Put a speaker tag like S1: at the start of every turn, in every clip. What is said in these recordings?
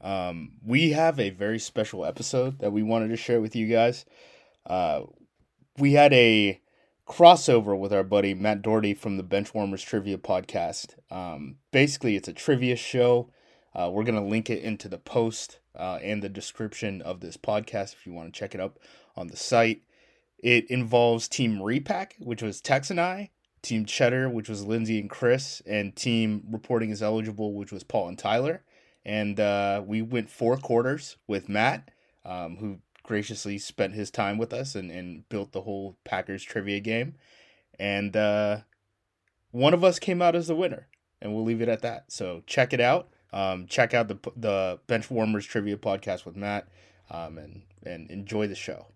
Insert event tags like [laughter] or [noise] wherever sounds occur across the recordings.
S1: Um, we have a very special episode that we wanted to share with you guys. Uh, we had a crossover with our buddy Matt Doherty from the Benchwarmers Trivia Podcast. Um, basically, it's a trivia show. Uh, we're going to link it into the post uh, and the description of this podcast if you want to check it up on the site. It involves Team Repack, which was Tex and I, Team Cheddar, which was Lindsay and Chris, and Team Reporting is Eligible, which was Paul and Tyler and uh, we went four quarters with Matt, um, who graciously spent his time with us and, and built the whole Packers trivia game. And uh, one of us came out as the winner, and we'll leave it at that. So check it out. Um, check out the the Bench Warmers trivia podcast with Matt, um, and and enjoy the show.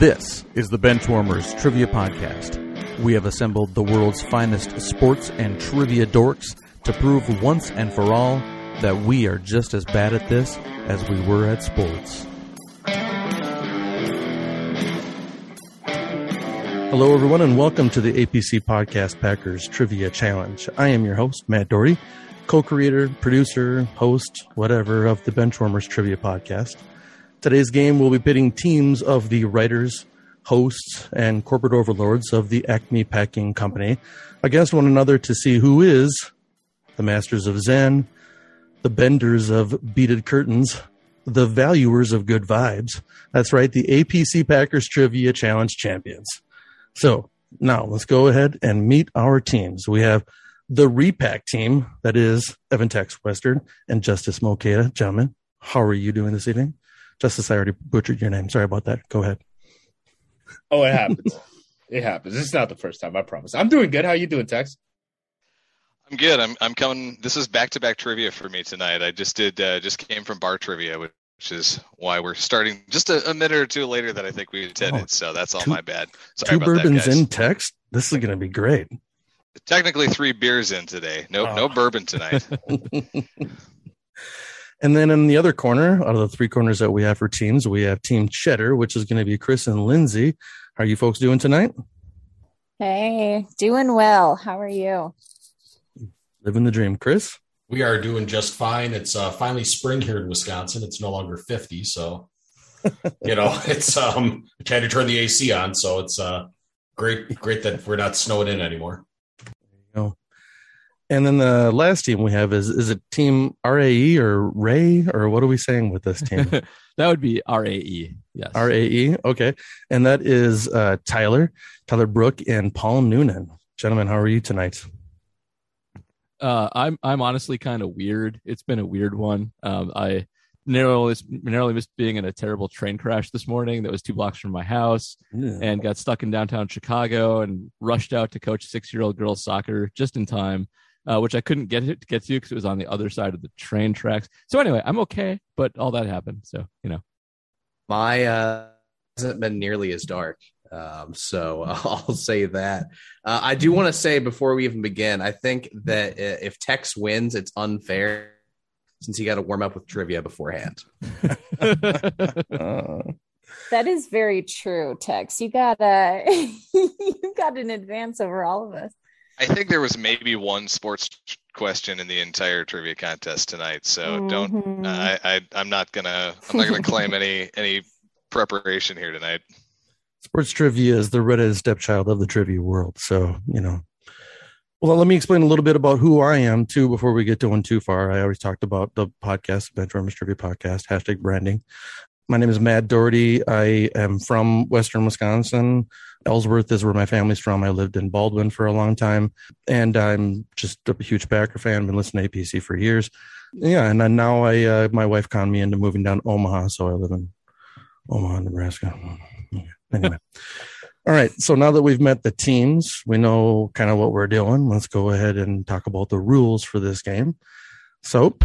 S2: This is the Benchwarmers Trivia Podcast. We have assembled the world's finest sports and trivia dorks to prove once and for all that we are just as bad at this as we were at sports. Hello, everyone, and welcome to the APC Podcast Packers Trivia Challenge. I am your host, Matt Doherty, co creator, producer, host, whatever, of the Benchwarmers Trivia Podcast. Today's game will be pitting teams of the writers, hosts, and corporate overlords of the Acme Packing Company against one another to see who is the masters of Zen, the benders of beaded curtains, the valuers of good vibes. That's right, the APC Packers Trivia Challenge champions. So now let's go ahead and meet our teams. We have the repack team, that is Evan Tex Western and Justice Mokeda. Gentlemen, how are you doing this evening? Justice, I already butchered your name. Sorry about that. Go ahead.
S1: Oh, it happens. [laughs] it happens. It's not the first time. I promise. I'm doing good. How you doing, Tex?
S3: I'm good. I'm I'm coming. This is back to back trivia for me tonight. I just did uh, just came from bar trivia, which is why we're starting just a, a minute or two later than I think we intended.
S2: Oh,
S3: so that's all
S2: two-
S3: my bad.
S2: Two
S3: Sorry about that,
S2: bourbons
S3: guys.
S2: in text. This is going to be
S3: [laughs]
S2: great. [laughs]
S3: Technically three beers in today. No
S2: Oh.
S3: no bourbon tonight.
S2: [laughs] And then in the other corner, out of the three corners that we have for teams, we have Team Cheddar, which is going to be Chris and Lindsay. How are you folks doing tonight?
S4: Hey, doing well. How are you?
S2: Living the dream, Chris.
S5: We are doing just fine. It's uh, finally spring here in Wisconsin. It's no longer 50,
S1: [laughs]
S5: so you know, it's um I had to turn the AC on, so it's uh great great that we're not snowed in anymore.
S2: And then the last team we have is is it Team RAE or Ray or what are we saying with this
S3: [laughs]
S2: team?
S6: that would be RAE. Yes.
S2: RAE. Okay. And that is uh, Tyler, Tyler Brook, and Paul Noonan. Gentlemen, how are you tonight?
S6: Uh, I'm I'm honestly kind of weird. It's been a weird one. Um, I narrowly narrowly missed being in a terrible train crash this morning that was two blocks from my house
S3: [laughs]
S6: and got stuck in downtown Chicago and rushed out to coach six year old girls soccer just in time, uh, which I couldn't get it get to because it was on the other side of the train tracks. So anyway, I'm okay, but all that happened. So you know,
S7: My uh, hasn't been nearly as dark, um, so [laughs] I'll say that. Uh, I do want to say before we even begin, I think that uh, if Tex wins, it's unfair since he got to warm up with trivia beforehand.
S2: Uh,
S4: That is very true, Tex. You got a [laughs] you got an advance over all of us.
S3: I think there was maybe one sports question in the entire trivia contest tonight. So don't
S2: Mm-hmm.
S3: uh,
S4: Mhm.
S3: I, I I'm not gonna I'm not gonna claim any any preparation here tonight.
S2: sports trivia is the redheaded stepchild of the trivia world. So, you know. Well, let me explain a little bit about who I am too before we get going too far. I already talked about the podcast, Benchwarmers Trivia Podcast, hashtag branding. My name is Matt Doherty. I am from Western Wisconsin. Ellsworth is where my family's from. I lived in Baldwin for a long time, and I'm just a huge Packer fan. Been listening to APC for years. Yeah, and then now I uh, my wife conned me into moving down to Omaha, so I live in Omaha, Nebraska. Okay, Anyway, all right. So now that we've met the teams, we know kind of what we're doing. Let's go ahead and talk about the rules for this game. So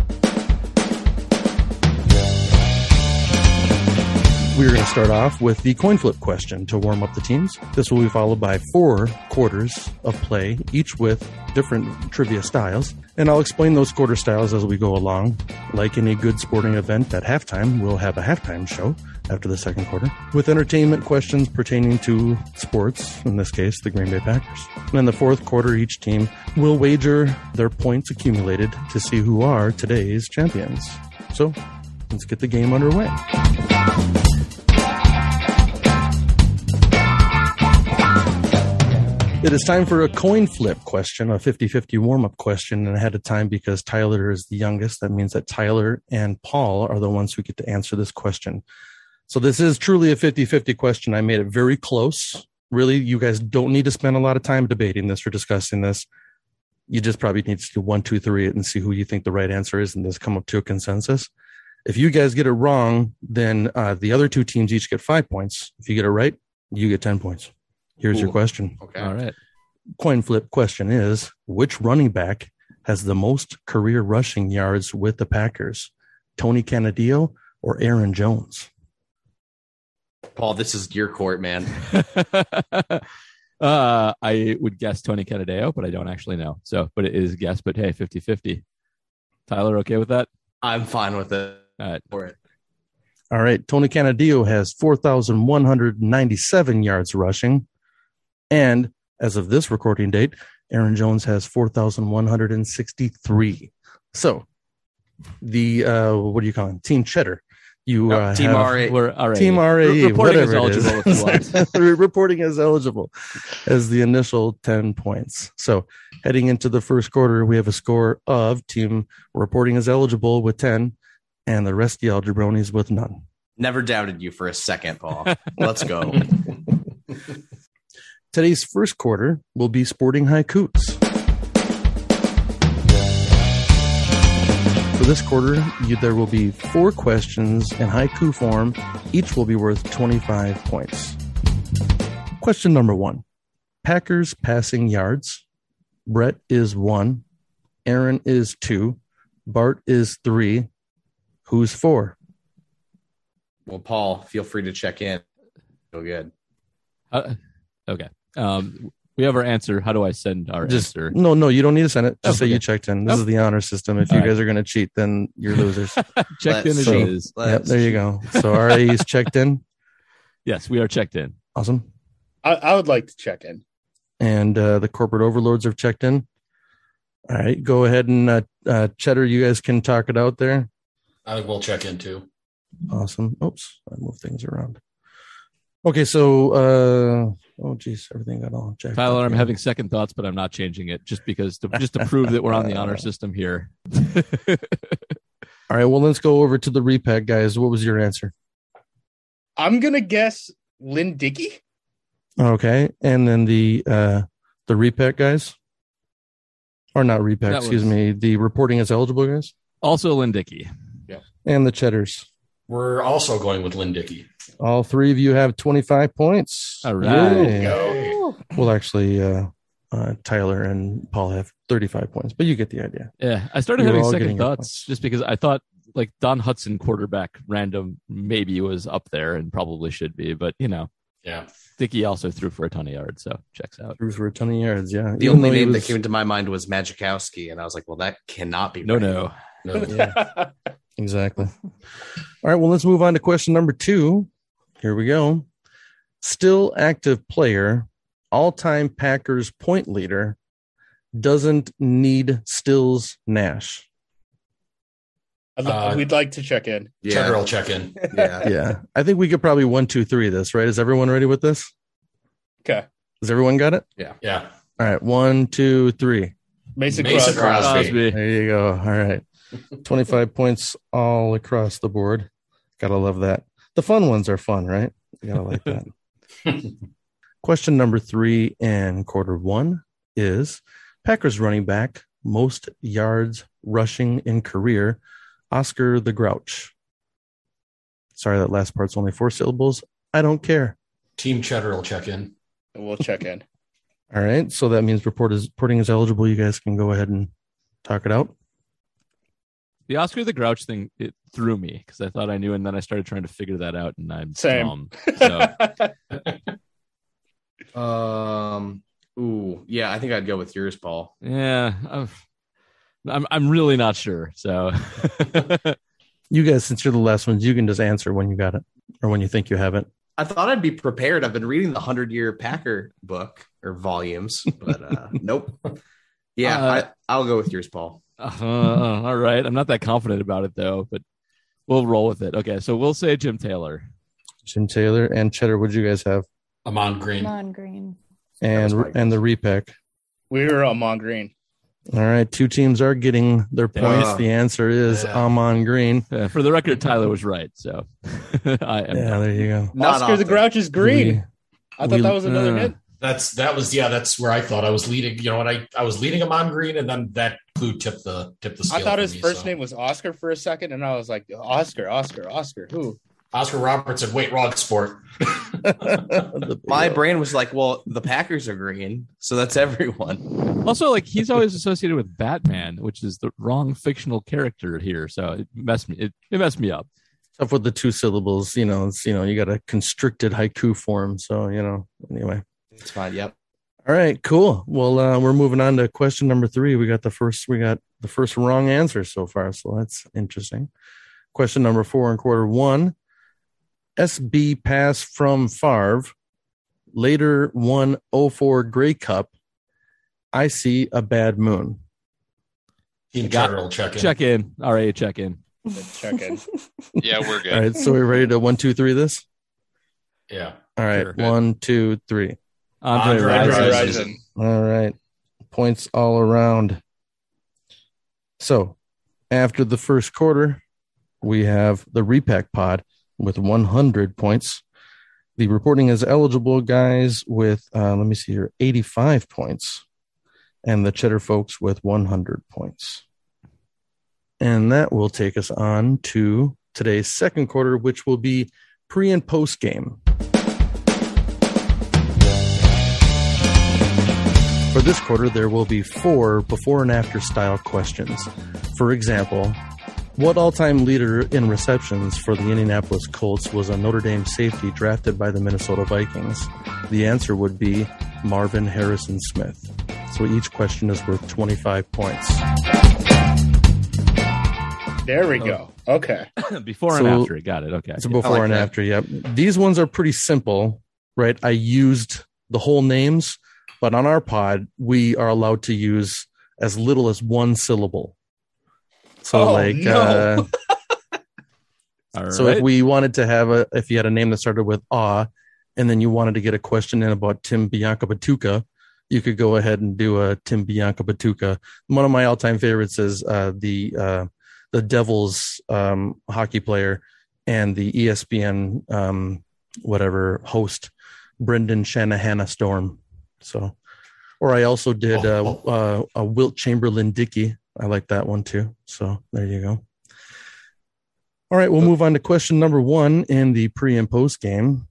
S2: We're going to start off with the coin flip question to warm up the teams. This will be followed by four quarters of play, each with different trivia styles. And I'll explain those quarter styles as we go along. Like any good sporting event at halftime, we'll have a halftime show after the second quarter with entertainment questions pertaining to sports, in this case, the Green Bay Packers. And in the fourth quarter, each team will wager their points accumulated to see who are today's champions. So let's get the game underway. It is time for a coin flip question, a 50 50 warm up question. And ahead of time, because Tyler is the youngest, that means that Tyler and Paul are the ones who get to answer this question. So this is truly a 50 50 question. I made it very close. Really, you guys don't need to spend a lot of time debating this or discussing this. You just probably need to do one, two, three, and see who you think the right answer is and just come up to a consensus. If you guys get it wrong, then uh, the other two teams each get five points. If you get it right, you get 10 points. Here's your
S7: Cool.
S2: question
S7: Okay.
S6: [laughs] All right.
S2: coin flip question is which running back has the most career rushing yards with the Packers? Tony Canadillo or Aaron Jones?
S7: Paul, this is your court, man.
S6: [laughs] uh, I would guess Tony Canadeo, but I don't actually know. So, but it is a guess. But hey, 50 50. Tyler, okay with that?
S7: I'm fine with it.
S6: All right.
S7: For it.
S2: All right, Tony Canadillo has 4,197 yards rushing. And as of this recording date, Aaron Jones has 4,163. So the, uh, what do you call him? Team Cheddar. You
S7: No,
S2: uh,
S7: team
S2: have-
S7: RA.
S6: We're all right.
S2: Team RAE,
S6: Re- reporting is
S2: E, whatever it is.
S6: eligible if you
S2: [laughs]
S6: want.
S2: Re- reporting is eligible as the initial 10 points. So heading into the first quarter, we have a score of team reporting is eligible with 10 and the rest of y'all jabronis with none.
S7: Never doubted you for a second,
S2: [laughs]
S7: Paul. Let's go.
S2: Today's first quarter will be sporting haikus. For this quarter, you, there will be four questions in haiku form. Each will be worth 25 points. Question number one Packers passing yards. Brett is one. Aaron is two. Bart is three. Who's four?
S7: Well, Paul, feel free to check in. Feel good.
S6: Uh, okay. Um, we have our answer. How do I send our
S2: Just [laughs]
S6: answer?
S2: no, no, you don't need to send it. Just
S6: Oh,
S2: say you
S6: okay.
S2: checked in. This
S6: Oh.
S2: is the honor system. If
S6: All
S2: you
S6: right.
S2: guys are going to cheat, then you're losers.
S6: Checked in
S7: Let's
S6: as
S2: see.
S6: is.
S2: yep,
S7: Let's-
S2: there you go. So RAE E is checked in.
S6: Yes, we are checked in.
S2: Awesome.
S1: I, I would like to check in.
S2: And uh, the corporate overlords have checked in. All right, go ahead and uh, uh, Cheddar, you guys can talk it out there.
S5: I think we'll check in too.
S2: Awesome. Oops, I moved things around. Okay, so uh, oh geez, everything got all jacked.
S6: Tyler,
S2: up
S6: I'm
S2: here.
S6: having second thoughts, but I'm not changing it just because to, just to prove that we're on the
S2: [laughs]
S6: honor system here. [laughs]
S2: All right, well let's go over to the repack, guys. What was your answer?
S1: I'm gonna guess Lynn Dickey.
S2: Okay, and then the uh, the repack guys, or not repack?
S6: That
S2: excuse
S6: was-
S2: me. The reporting is eligible guys,
S6: also, Lynn Dickey.
S2: and the Cheddars.
S5: We're also going with Lynn Dickey.
S2: All three of you have 25 points.
S6: All right.
S2: Yay.
S1: [laughs]
S5: Go.
S2: Well, actually, uh, uh, Tyler and Paul have 35 points, but you get the idea.
S6: Yeah, I started
S2: You were
S6: having
S2: all
S6: second
S2: getting your
S6: thoughts
S2: points.
S6: just because I thought like Don Hudson, quarterback, random, maybe was up there and probably should be, but you know,
S5: Yeah.
S6: Dickey also threw for a ton of yards, so checks out.
S2: Threw for a ton of yards. Yeah.
S7: The
S2: Even
S7: only
S2: though he
S7: name
S2: was-
S7: that came to my mind was Magikowski, and I was like, well, that cannot be.
S6: No,
S7: right.
S6: no.
S1: [laughs]
S5: No.
S2: Exactly. All right. Well, let's move on to question number two. Here we go. Still active player, all time Packers point leader, doesn't need Stills Nash.
S1: I'd,
S5: Uh,
S1: we'd like to check in.
S5: Cheddar
S7: Yeah.
S5: will check in.
S7: yeah.
S2: Yeah. I think we could probably one, two, three this, right? Is everyone ready with this?
S1: Okay,
S2: Has everyone got it?
S5: Yeah.
S2: All right. One, two, three.
S1: Mason,
S5: Mason
S1: Crosby.
S5: Crosby.
S6: Crosby.
S2: There you go. All right. 25 points all across the board. Gotta love that. the fun ones are fun, right? You gotta like that. Question number three and quarter one is Packers running back, most yards rushing in career, Oscar the Grouch. Sorry, that last part's only four syllables. I don't care.
S5: Team Cheddar will check in.
S1: We'll check in.
S2: All right. So that means report is reporting is eligible. You guys can go ahead and talk it out.
S6: The Oscar the Grouch thing it threw me because I thought I knew, and then I started trying to figure that out, and I'm
S1: Same.
S6: dumb. So
S7: Um. Ooh, yeah, I think I'd go with yours, Paul.
S6: yeah, I'm, I'm I'm really not sure. So [laughs]
S2: You guys, since you're the last ones, you can just answer when you got it or when you think you have it.
S7: I thought I'd be prepared. I've been reading the Hundred Year Packer book or volumes, but
S6: [laughs]
S7: uh, nope. Yeah,
S6: Uh,
S7: I, I'll go with yours, Paul.
S6: Uh, all right. I'm not that confident about it though, but we'll roll with it. Okay. So we'll say Jim Taylor.
S2: Jim Taylor and Cheddar, what would you guys have?
S5: Amon Green.
S4: Come on, Green.
S2: And
S7: was my
S2: and the repack.
S1: [laughs] We were on Mon Green.
S2: All right, two teams are getting their points.
S7: Yeah.
S2: the answer is
S5: Yeah.
S2: Amon Green.
S6: Uh, for the record, Tyler was right. So [laughs] I am.
S2: Yeah, there you go.
S7: Not
S1: Oscar the
S7: often.
S1: Grouch is green. I thought
S2: we-
S1: that was another
S6: uh,
S1: hit.
S5: That's that was yeah. That's where I thought I was leading. You know, and I I was leading Amon Green, and then that clue tipped the tipped the scale.
S1: I thought
S5: for
S1: his
S5: me,
S1: first
S5: so.
S1: name was Oscar for a second, and I was like, Oscar, Oscar, Oscar. Who?
S5: Oscar Robertson. Wait, wrong
S1: [laughs]
S5: sport.
S2: The big
S7: My
S2: O.
S7: brain was like, well, the Packers are green, so that's everyone.
S6: Also, like he's always associated with Batman, which is the wrong fictional character here. So it messed me. It, it messed me up.
S2: stuff with the two syllables. You know, it's you know you got a constricted haiku form. So you know anyway.
S7: It's fine. Yep.
S2: All right, cool. Well, uh, we're moving on to question number three. We got the first, we got the first wrong answer so far, so that's interesting. Question number four in quarter one: SB pass from Favre, later won 04 Grey Cup. I see a bad moon.
S5: Team
S6: Got-
S5: Cheddar will check in.
S6: Check in. All right. Check in.
S1: Let's check in.
S3: Yeah, we're
S2: [laughs]
S3: good.
S2: All right, so we're ready to one, two, three. This.
S5: Yeah.
S2: All right,
S6: Sure.
S2: one, two, three.
S6: Andre,
S5: Andre
S6: Rison.
S1: Rison.
S2: All right. Points all around. So after the first quarter, we have the repack pod with 100 points. The reporting is eligible guys with, uh, let me see here, 85 points, and the cheddar folks with 100 points. And that will take us on to today's second quarter, which will be pre and post game. For this quarter, there will be four before and after style questions. For example, what all time leader in receptions for the Indianapolis Colts was a Notre Dame safety drafted by the Minnesota Vikings? The answer would be Marvin Harrison Smith. So each question is worth 25 points.
S1: There we go. Okay.
S6: [laughs] Before and
S2: So-
S6: after. Got it. Okay.
S2: It's before
S7: like
S2: and
S7: that.
S2: after. Yep. These ones are pretty simple, right? I used the whole names, but on our pod, we are allowed to use as little as one syllable. So,
S1: Oh,
S2: like, uh,
S1: no.
S6: [laughs] All
S2: so if
S6: right.
S2: we wanted to have a, if you had a name that started with ah, and then you wanted to get a question in about Tim Bianca Batuka, you could go ahead and do a Tim Bianca Batuka. One of my all time favorites is uh, the uh, the Devils um, hockey player and the E ESPN um, whatever host Brendan Shanahan Storm. So, or I also did uh, uh, a Wilt Chamberlain Dickey. I like that one too. So there you go. All right, we'll move on to question number one in the pre and post game.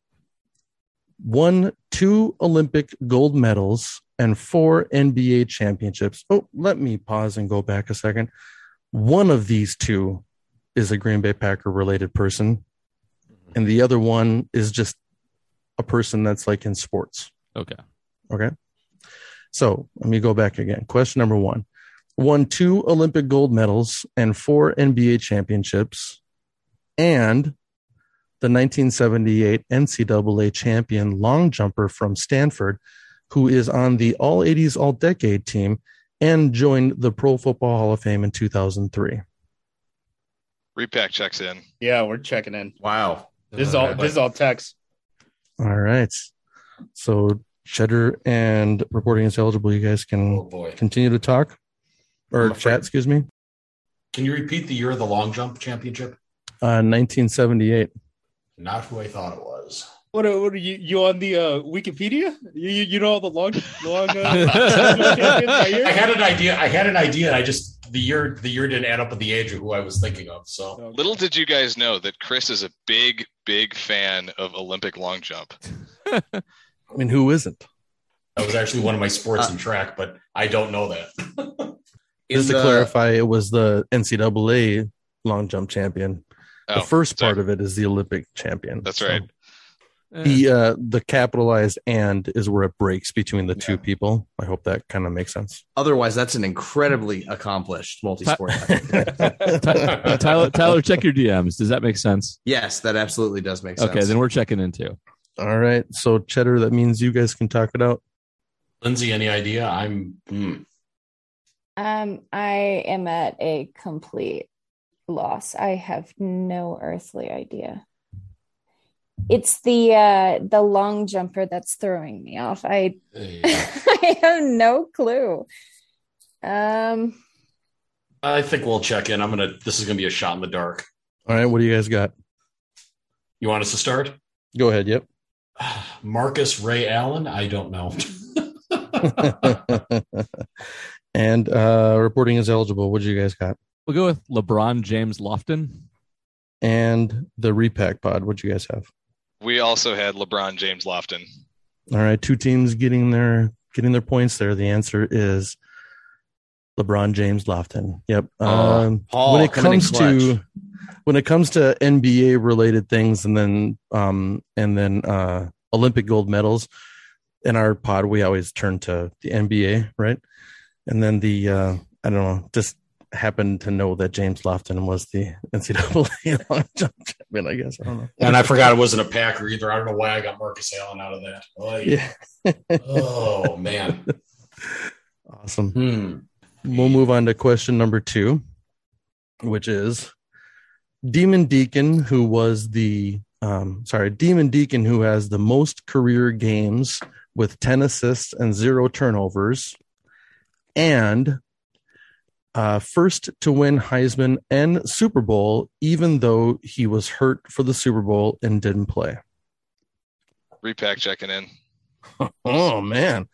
S2: Won two Olympic gold medals and four NBA championships. Oh, let me pause and go back a second. One of these two is a Green Bay Packer related person, and the other one is just a person that's like in sports.
S6: okay.
S2: Okay. So let me go back again. Question number one won two Olympic gold medals and four NBA championships, and the 1978 NCAA champion long jumper from Stanford, who is on the All 80s All Decade team and joined the Pro Football Hall of Fame in 2003.
S3: Repack checks in.
S1: Yeah, we're checking in.
S7: Wow.
S1: This is all. This is all text.
S2: All right. So Cheddar and reporting is eligible. You guys
S5: Oh
S2: can
S5: boy.
S2: continue to talk or
S7: I'm afraid-
S2: chat, excuse me.
S5: Can you repeat the year of the long jump championship?
S2: Uh, 1978.
S5: Not who I thought it was.
S1: What are, what are you you on the uh, Wikipedia? You, you you know all the long long. Uh, [laughs] by ear?
S5: I had an idea. I had an idea. And I just the year the year didn't add up with the age of who I was thinking of. So
S1: Okay.
S3: Little did you guys know that Chris is a big, big fan of Olympic long jump.
S2: I mean, who isn't?
S5: that was actually one of my sports and track, but I don't know that. [laughs]
S2: Just to
S7: the-
S2: clarify, it was the NCAA long jump champion.
S3: Oh,
S2: the first
S3: sorry.
S2: part of it is the Olympic champion.
S3: That's
S2: So
S3: right.
S6: Eh,
S2: The uh, the capitalized and is where it breaks between the two
S5: Yeah.
S2: people. I hope that kind of makes sense.
S7: Otherwise, that's an incredibly accomplished multi-sport.
S6: [laughs]
S7: [laughs] athlete.
S6: Eh.
S2: uh, [laughs]
S6: Ty- [laughs] Tyler, Tyler, check your DMs. Does that make sense?
S7: yes, that absolutely does make sense.
S6: Okay, then we're checking in too.
S2: All right, so Cheddar, that means you guys can talk it out.
S5: Lindsay, any idea? I'm hmm.
S4: [laughs] Um, I am at a complete loss. I have no earthly idea. It's the uh the long jumper that's throwing me off. I [laughs] I have no clue. Um,
S5: I think we'll check in. I'm gonna. This is gonna be a shot in the dark.
S2: All right, what do you guys got?
S5: You want us to start? [sighs]
S2: Go ahead. Yep.
S5: Marcus Ray Allen. I don't know. [laughs]
S1: [laughs]
S2: [laughs] and uh, reporting is eligible. What do you guys got?
S6: We'll go with LeBron James Lofton.
S2: And the repack pod. What do you guys have?
S3: We also had LeBron James Lofton.
S2: All right, two teams getting their getting their points there. The answer is LeBron James Lofton. Yep. um,
S7: Oh, Paul
S2: when it
S7: coming in
S2: comes to when it comes to NBA related things, and then um and then uh Olympic gold medals. In our pod, we always turn to the NBA, right? And then the uh I don't know, just happened to know that James Lofton was the NCAA [laughs] long jump champion. I guess I don't know.
S5: and I forgot it wasn't a Packer either. I don't know why I got Marcus Allen out of that. Oh, yeah.
S2: Yeah, [laughs]
S5: oh man.
S2: awesome.
S5: Hmm.
S2: We'll move on to question number two, which is Demon Deacon, who was the um, sorry, Demon Deacon, who has the most career games with 10 assists and zero turnovers, and uh, first to win Heisman and Super Bowl, even though he was hurt for the Super Bowl and didn't play.
S3: Repack checking in.
S2: Oh man,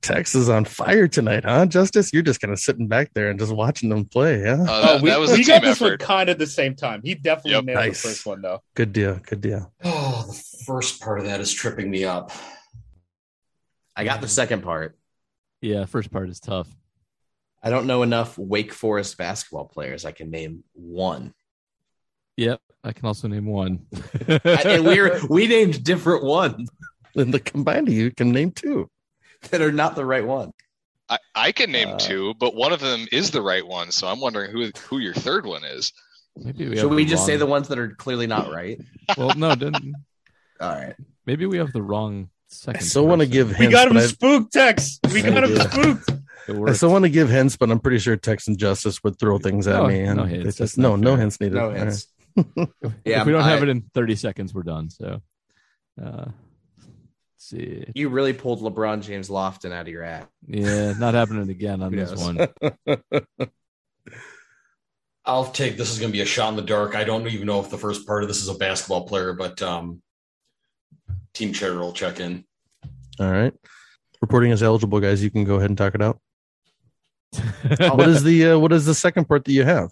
S2: Texas on fire tonight, huh? Justice, you're just kind of sitting back there and just watching them play, yeah?
S3: Uh,
S1: Oh,
S3: that,
S1: we,
S3: that was a
S1: we
S3: team
S1: got this one
S3: effort.
S1: kind of the same time. He definitely
S3: Yep.
S1: nailed
S2: Nice.
S1: the first one though.
S2: Good deal, good deal.
S5: Oh, the first part of that is tripping me up.
S7: I got the second part.
S6: Yeah, first part is tough.
S7: I don't know enough Wake Forest basketball players. I can name one.
S6: I can also name one.
S7: I- and
S6: [laughs]
S7: we are we named different ones
S2: Then the combined you can name two.
S7: that are not the right one.
S3: I, I can name
S7: Uh,
S3: two, but one of them is the right one. So I'm wondering who who your third one is.
S6: Maybe we
S7: Should
S6: have
S7: we just say the
S6: wrong-
S7: ones that are clearly not right?
S6: Well, no, didn't,
S7: All right.
S6: maybe we have the wrong
S2: I
S6: second.
S2: still want to
S6: person.
S2: give
S1: We
S2: hints.
S1: got
S2: but
S1: him spooked, Tex. We got him
S2: Yeah.
S1: spooked.
S6: It
S2: I, I
S6: worked.
S2: still want to give hints, but I'm pretty sure Tex and Justice would throw things at
S6: No,
S2: me. And no
S6: no hints.
S2: hints.
S6: That's
S2: Just, no,
S6: not
S2: no
S6: fair.
S2: hints needed.
S7: No
S2: All
S7: hints.
S6: [laughs] if we don't
S7: I-
S6: have it in 30 seconds, we're done. So, uh, let's see.
S7: You really pulled LeBron James Lofton out of your ass.
S6: Yeah, not happening again on this
S7: Yes.
S6: one. [laughs]
S5: I'll take this is going to be a shot in the dark. I don't even know if the first part of this is a basketball player, but um, team chair will check in.
S2: right. All right. Reporting is eligible, guys. You can go ahead and talk it
S6: [laughs]
S2: out. What is the uh, what is the second part that you have?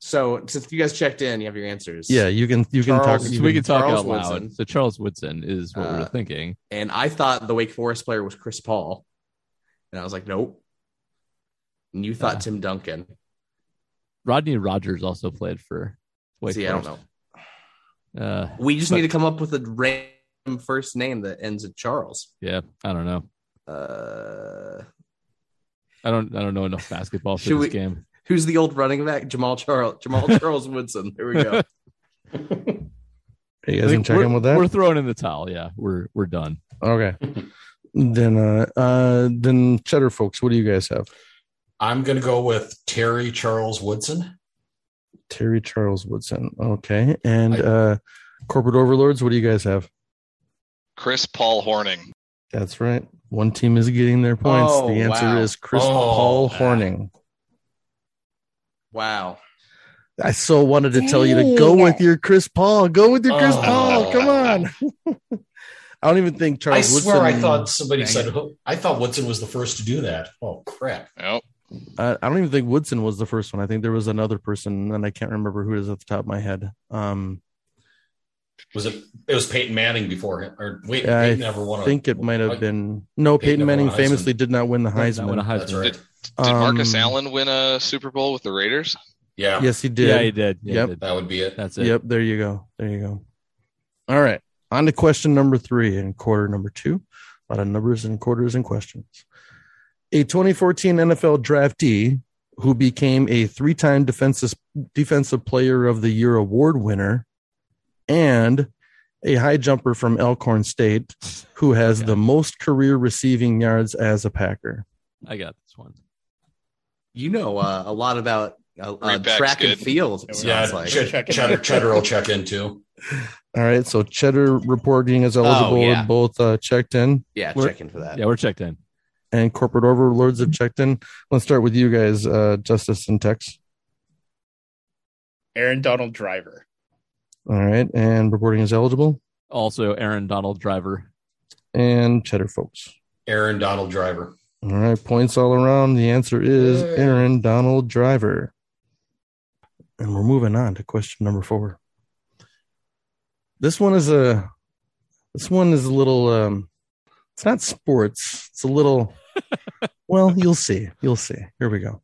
S7: So since you guys checked in, you have your answers.
S2: Yeah, you can you can
S7: Charles-
S2: talk.
S6: so we can talk
S7: Charles
S6: out loud.
S7: Woodson.
S6: So Charles Woodson is what we
S7: Uh,
S6: were thinking.
S7: And I thought the Wake Forest player was Chris Paul. And I was like, nope. And you thought
S6: Uh,
S7: Tim Duncan.
S6: Rodney Rogers also played for Wake
S7: See, I don't
S6: Forest.
S7: know.
S6: Uh,
S7: We just
S6: But-
S7: need to come up with a random first name that ends in Charles.
S6: yeah, I don't know.
S7: Uh,
S6: I don't. I don't know enough basketball for
S7: Should
S6: this
S7: we-
S6: game.
S7: who's the old running back? Jamal Charles. Jamal
S5: [laughs]
S7: Charles Woodson. There we go.
S2: Are you
S6: I
S2: guys can
S6: think
S2: check
S6: we're,
S2: in with that.
S6: we're throwing in the towel. Yeah, we're we're done.
S2: Okay. then uh uh then cheddar folks, what do you guys have?
S5: I'm going to go with Terry Charles Woodson.
S2: Terry Charles Woodson. Okay. And
S5: I-
S2: uh corporate overlords, what do you guys have?
S3: Chris Paul Horning.
S2: That's right. One team is getting their points.
S7: Oh,
S2: the answer
S7: wow.
S2: is Chris
S5: Oh,
S2: Paul
S5: man.
S2: Horning.
S7: Wow.
S2: I so wanted to tell you to go
S4: Dang.
S2: with your Chris Paul. Go with your Chris
S5: Oh.
S2: Paul. Come on. [laughs] I don't even think
S5: I
S2: Charles
S5: swear I
S2: Woodson.
S5: thought somebody
S2: Dang
S5: said "Oh," I thought Woodson was the first to do that. Oh crap.
S3: Nope.
S2: I, I don't even think Woodson was the first one. I think there was another person, and I can't remember who it is off the top of my head. Um,
S5: Was it it was Peyton Manning before him or wait,
S2: Yeah, I
S5: Peyton never won
S2: I
S5: a-
S2: think it might have been no. Peyton,
S5: Peyton never
S2: Manning
S5: won Heisman.
S2: famously did not win the
S6: That
S2: Heisman.
S6: went a
S5: That's
S6: Heisman.
S5: right.
S3: Did Marcus
S2: Um,
S3: Allen win a Super Bowl with the Raiders?
S5: Yeah,
S2: Yes, he did.
S6: Yeah, he did. Yeah, he
S2: Yep.
S6: did.
S5: that would be it.
S6: That's it.
S2: Yep, there you go. There you go. All right. On to question number three and quarter number two. A lot of numbers and quarters and questions. A 2014 NFL draftee who became a three time defensive, defensive player of the year award winner and a high jumper from Elkhorn State who has
S6: Yeah.
S2: the most career receiving yards as a Packer.
S6: I got this one.
S7: You know uh, a lot about uh, uh,
S3: Reedback's
S7: track and
S3: good.
S7: field. It
S5: Yeah,
S7: sounds like.
S5: Ch- Cheddar, Cheddar will check in too.
S2: All right. So Cheddar reporting is eligible.
S7: Oh, yeah.
S2: Both uh, checked in.
S7: Yeah,
S2: We're-
S7: check in for that.
S6: Yeah, we're checked in.
S2: and corporate overlords have checked in. Let's start with you guys, uh, Justice and Tex.
S1: Aaron Donald Driver.
S2: All right, and reporting is eligible,
S6: Also, Aaron Donald Driver.
S2: and Cheddar folks.
S5: Aaron Donald Driver.
S2: All right, points all around. The answer is
S5: Yay.
S2: Aaron Donald Driver. And we're moving on to question number four. This one is a this one is a little um it's not sports. It's a little well, you'll see. You'll see. Here we go.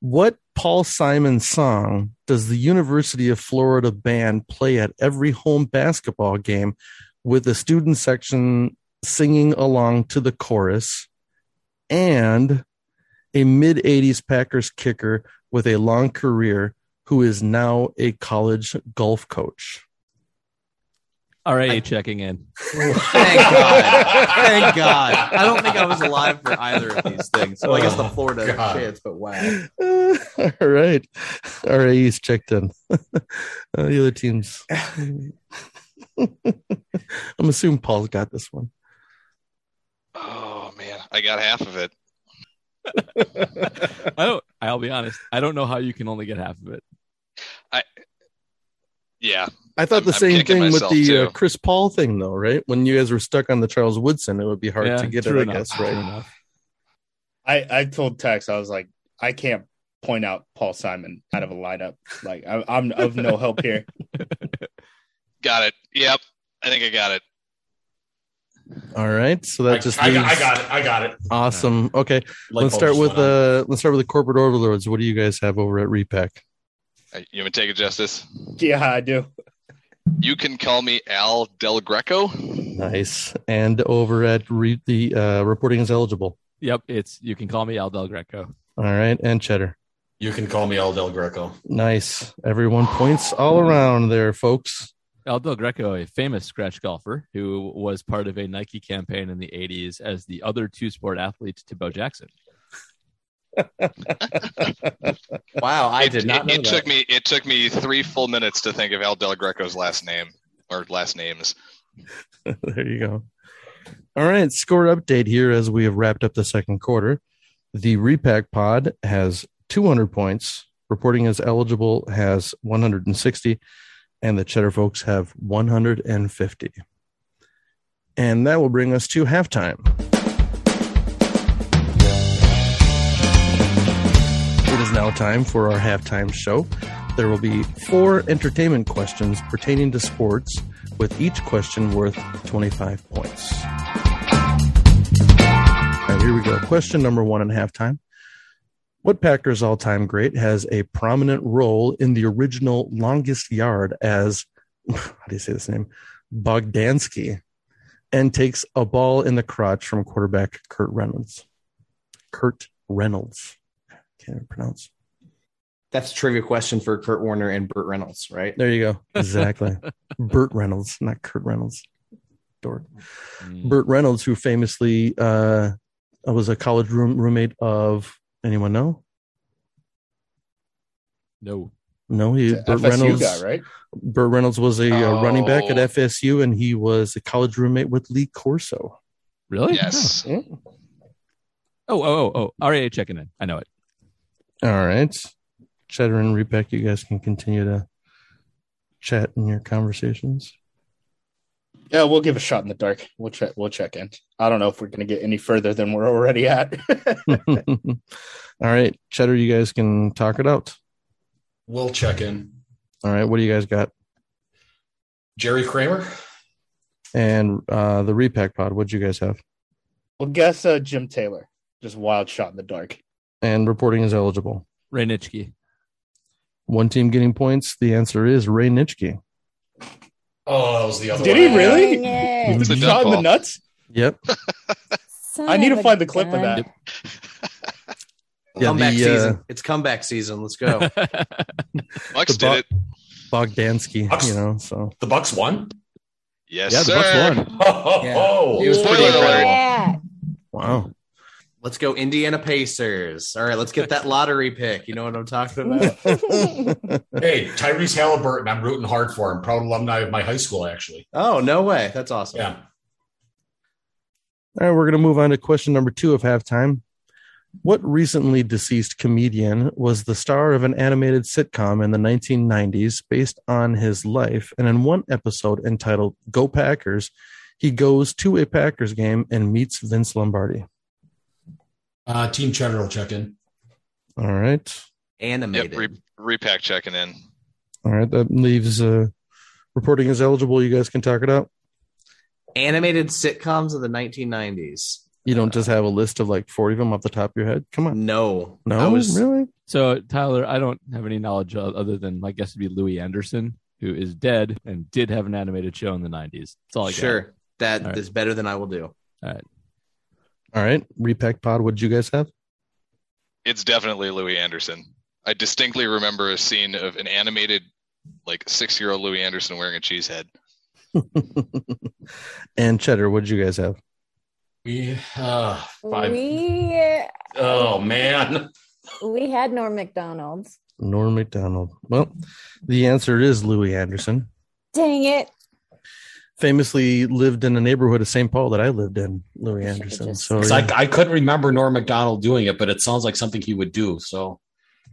S2: What Paul Simon song does the University of Florida band play at every home basketball game with the student section singing along to the chorus? and a mid 80s Packers kicker with a long career who is now a college golf coach.
S6: RAA checking in.
S2: [laughs]
S7: Thank God.
S6: [laughs]
S7: Thank God. Uh, I don't think I was alive for either of these things. So I guess the
S5: Oh,
S7: Florida
S5: God.
S7: chance, but wow.
S2: Uh, all right. RAE's checked in. [laughs] uh, the other teams. I'm assuming Paul's got this one.
S3: Oh man, I got half of it.
S6: I don't. I'll be honest. I don't know how you can only get half of it.
S3: Yeah,
S2: I thought
S3: I'm-
S2: the
S3: I'm
S2: same
S3: kicking
S2: thing with
S3: myself,
S2: the uh,
S3: too.
S2: Chris Paul thing, though, right? When you guys were stuck on the Charles Woodson, it would be hard
S6: Yeah,
S2: to get it,
S6: true
S2: I
S6: enough,
S2: guess,
S6: true
S2: right?
S6: enough. [laughs]
S1: I, I told Tex, I was like, I can't point out Paul Simon out of a lineup. Like, I, I'm of no help here. [laughs]
S3: got it. Yep, I think I got it.
S2: All right. So
S5: I,
S2: that just
S5: I, got- I
S2: leaves-
S5: got it. I got it.
S2: awesome. Okay.
S5: Light
S2: let's
S5: bulb
S2: start
S5: just
S2: with
S5: went on.
S2: uh let's start with the corporate overlords. What do you guys have over at Repack?
S3: Uh, You want to take it, Justice?
S1: Yeah, I do.
S3: You can call me Al Del Greco.
S2: Nice. And over at re- the uh reporting is eligible.
S6: Yep. It's you can call me Al Del Greco.
S2: All right, and cheddar.
S5: You can call me Al Del Greco.
S2: Nice. Everyone points all around there, folks.
S6: Al Del Greco, a famous scratch golfer who was part of a Nike campaign in the '80s as the other two-sport athlete to Bo Jackson. [laughs]
S7: Wow, I
S3: It-
S7: did not
S3: It,
S7: know
S3: it
S7: that.
S3: took me. It took me three full minutes to think of Al Del Greco's last name or last names.
S2: [laughs] there you go. All right, score update here as we have wrapped up the second quarter. The repack pod has 200 points. Reporting as eligible has 160, and the cheddar folks have 150. And that will bring us to halftime. It is now time for our halftime show. There will be four entertainment questions pertaining to sports, with each question worth 25 points. All right, here we go. Question number one in halftime. What Packers all time great has a prominent role in the original longest yard as, [laughs] how do you say this name? Bogdansky, and takes a ball in the crotch from quarterback Kurt Reynolds. Kurt Reynolds. Can't even pronounce.
S7: That's a trivia question for Kurt Warner and Burt Reynolds, right?
S2: There you go. [laughs] Exactly. Burt Reynolds, not Kurt Reynolds. Dork.
S6: Mm.
S2: Burt Reynolds, who famously uh, was a college room roommate of anyone know?
S6: No.
S2: No, he
S1: The
S2: Burt
S1: FSU
S2: Reynolds.
S1: guy, right?
S2: Burt Reynolds was a uh, running back at
S3: Oh.
S2: FSU, and he was a college roommate with Lee Corso.
S7: Oh,
S6: Really?
S3: Yes.
S6: Oh. Oh. Oh. oh. RAA checking in. I know it.
S2: All right. Cheddar and Repeck, you guys can continue to chat in your conversations. [laughs]
S1: Yeah, we'll give a shot in the dark. We'll check. We'll check in. I don't know if we're gonna get any further than we're already at. [laughs]
S2: All right, Cheddar, you guys can talk it out.
S5: We'll check in.
S2: All right, what do you guys got?
S5: Jerry Kramer.
S2: And uh, the Repack Pod, what'd you guys have?
S1: well, guess uh, Jim Taylor. Just wild shot in the dark.
S2: And reporting is eligible.
S6: Ray Nitschke.
S2: One team getting points. The answer is Ray Nitschke.
S5: Oh, that was the other
S1: Did
S5: one.
S1: he really?
S4: Dang it.
S3: It's a
S1: Shot in the
S3: downfall.
S1: nuts.
S2: Yep.
S4: Son
S1: I need
S4: of
S1: to
S4: a
S1: find the clip of
S4: gun.
S1: that.
S2: Yeah,
S7: comeback
S2: the, uh,
S7: season. It's comeback season.
S6: [laughs]
S7: Let's go.
S5: [laughs]
S3: Lux
S2: The bo-
S3: did it.
S2: Bogdansky, you know, so
S5: The Bucks won. [laughs]
S3: Yes,
S6: yeah, the
S3: sir.
S6: Bucks won.
S5: Oh,
S7: Yeah.
S5: oh.
S7: It was pretty
S3: Spoiler alert.
S7: incredible.
S4: Yeah.
S2: wow. [laughs]
S7: Let's go Indiana Pacers. All right, let's get that lottery pick. You know what I'm talking about?
S5: Hey, Tyrese Halliburton. I'm rooting hard for him. Proud alumni of my high school, actually.
S7: Oh, no way. That's awesome.
S5: Yeah.
S2: All right, we're going to move on to question number two of halftime. What recently deceased comedian was the star of an animated sitcom in the 1990s based on his life? And in one episode entitled Go Packers, he goes to a Packers game and meets Vince Lombardi.
S5: Uh, Team Cheddar will check in.
S2: All right.
S7: Animated.
S3: Yep, re- repack checking in.
S2: All right. That leaves uh, reporting is eligible. You guys can talk it out.
S7: Animated sitcoms of the 1990s.
S2: You don't just have a list of like 40 of them off the top of your head. Come on.
S7: No. I
S2: No,
S7: was-
S2: really?
S6: So Tyler, I don't have any knowledge o- other than my guess would be Louis Anderson, who is dead and did have an animated show in the '90s. That's all I got.
S7: Oh, sure. That is
S6: All right.
S7: better than I will do.
S2: All right. Repack pod. What did you guys have? [laughs]
S3: It's definitely Louis Anderson. I distinctly remember a scene of an animated, like six-year-old Louis Anderson wearing a cheese head.
S2: and cheddar. What did you guys have?
S5: We, uh, five.
S4: we
S5: oh, man.
S4: we had Norm McDonald's.
S2: Norm McDonald. Well, the answer is Louis Anderson.
S4: Dang it.
S2: Famously lived in a neighborhood of St. Paul that I lived in, Louis
S4: should've
S2: Anderson.
S4: just-
S2: So
S5: It's
S2: Oh, yeah.
S5: like I couldn't remember Norm MacDonald doing it, but it sounds like something he would do. So,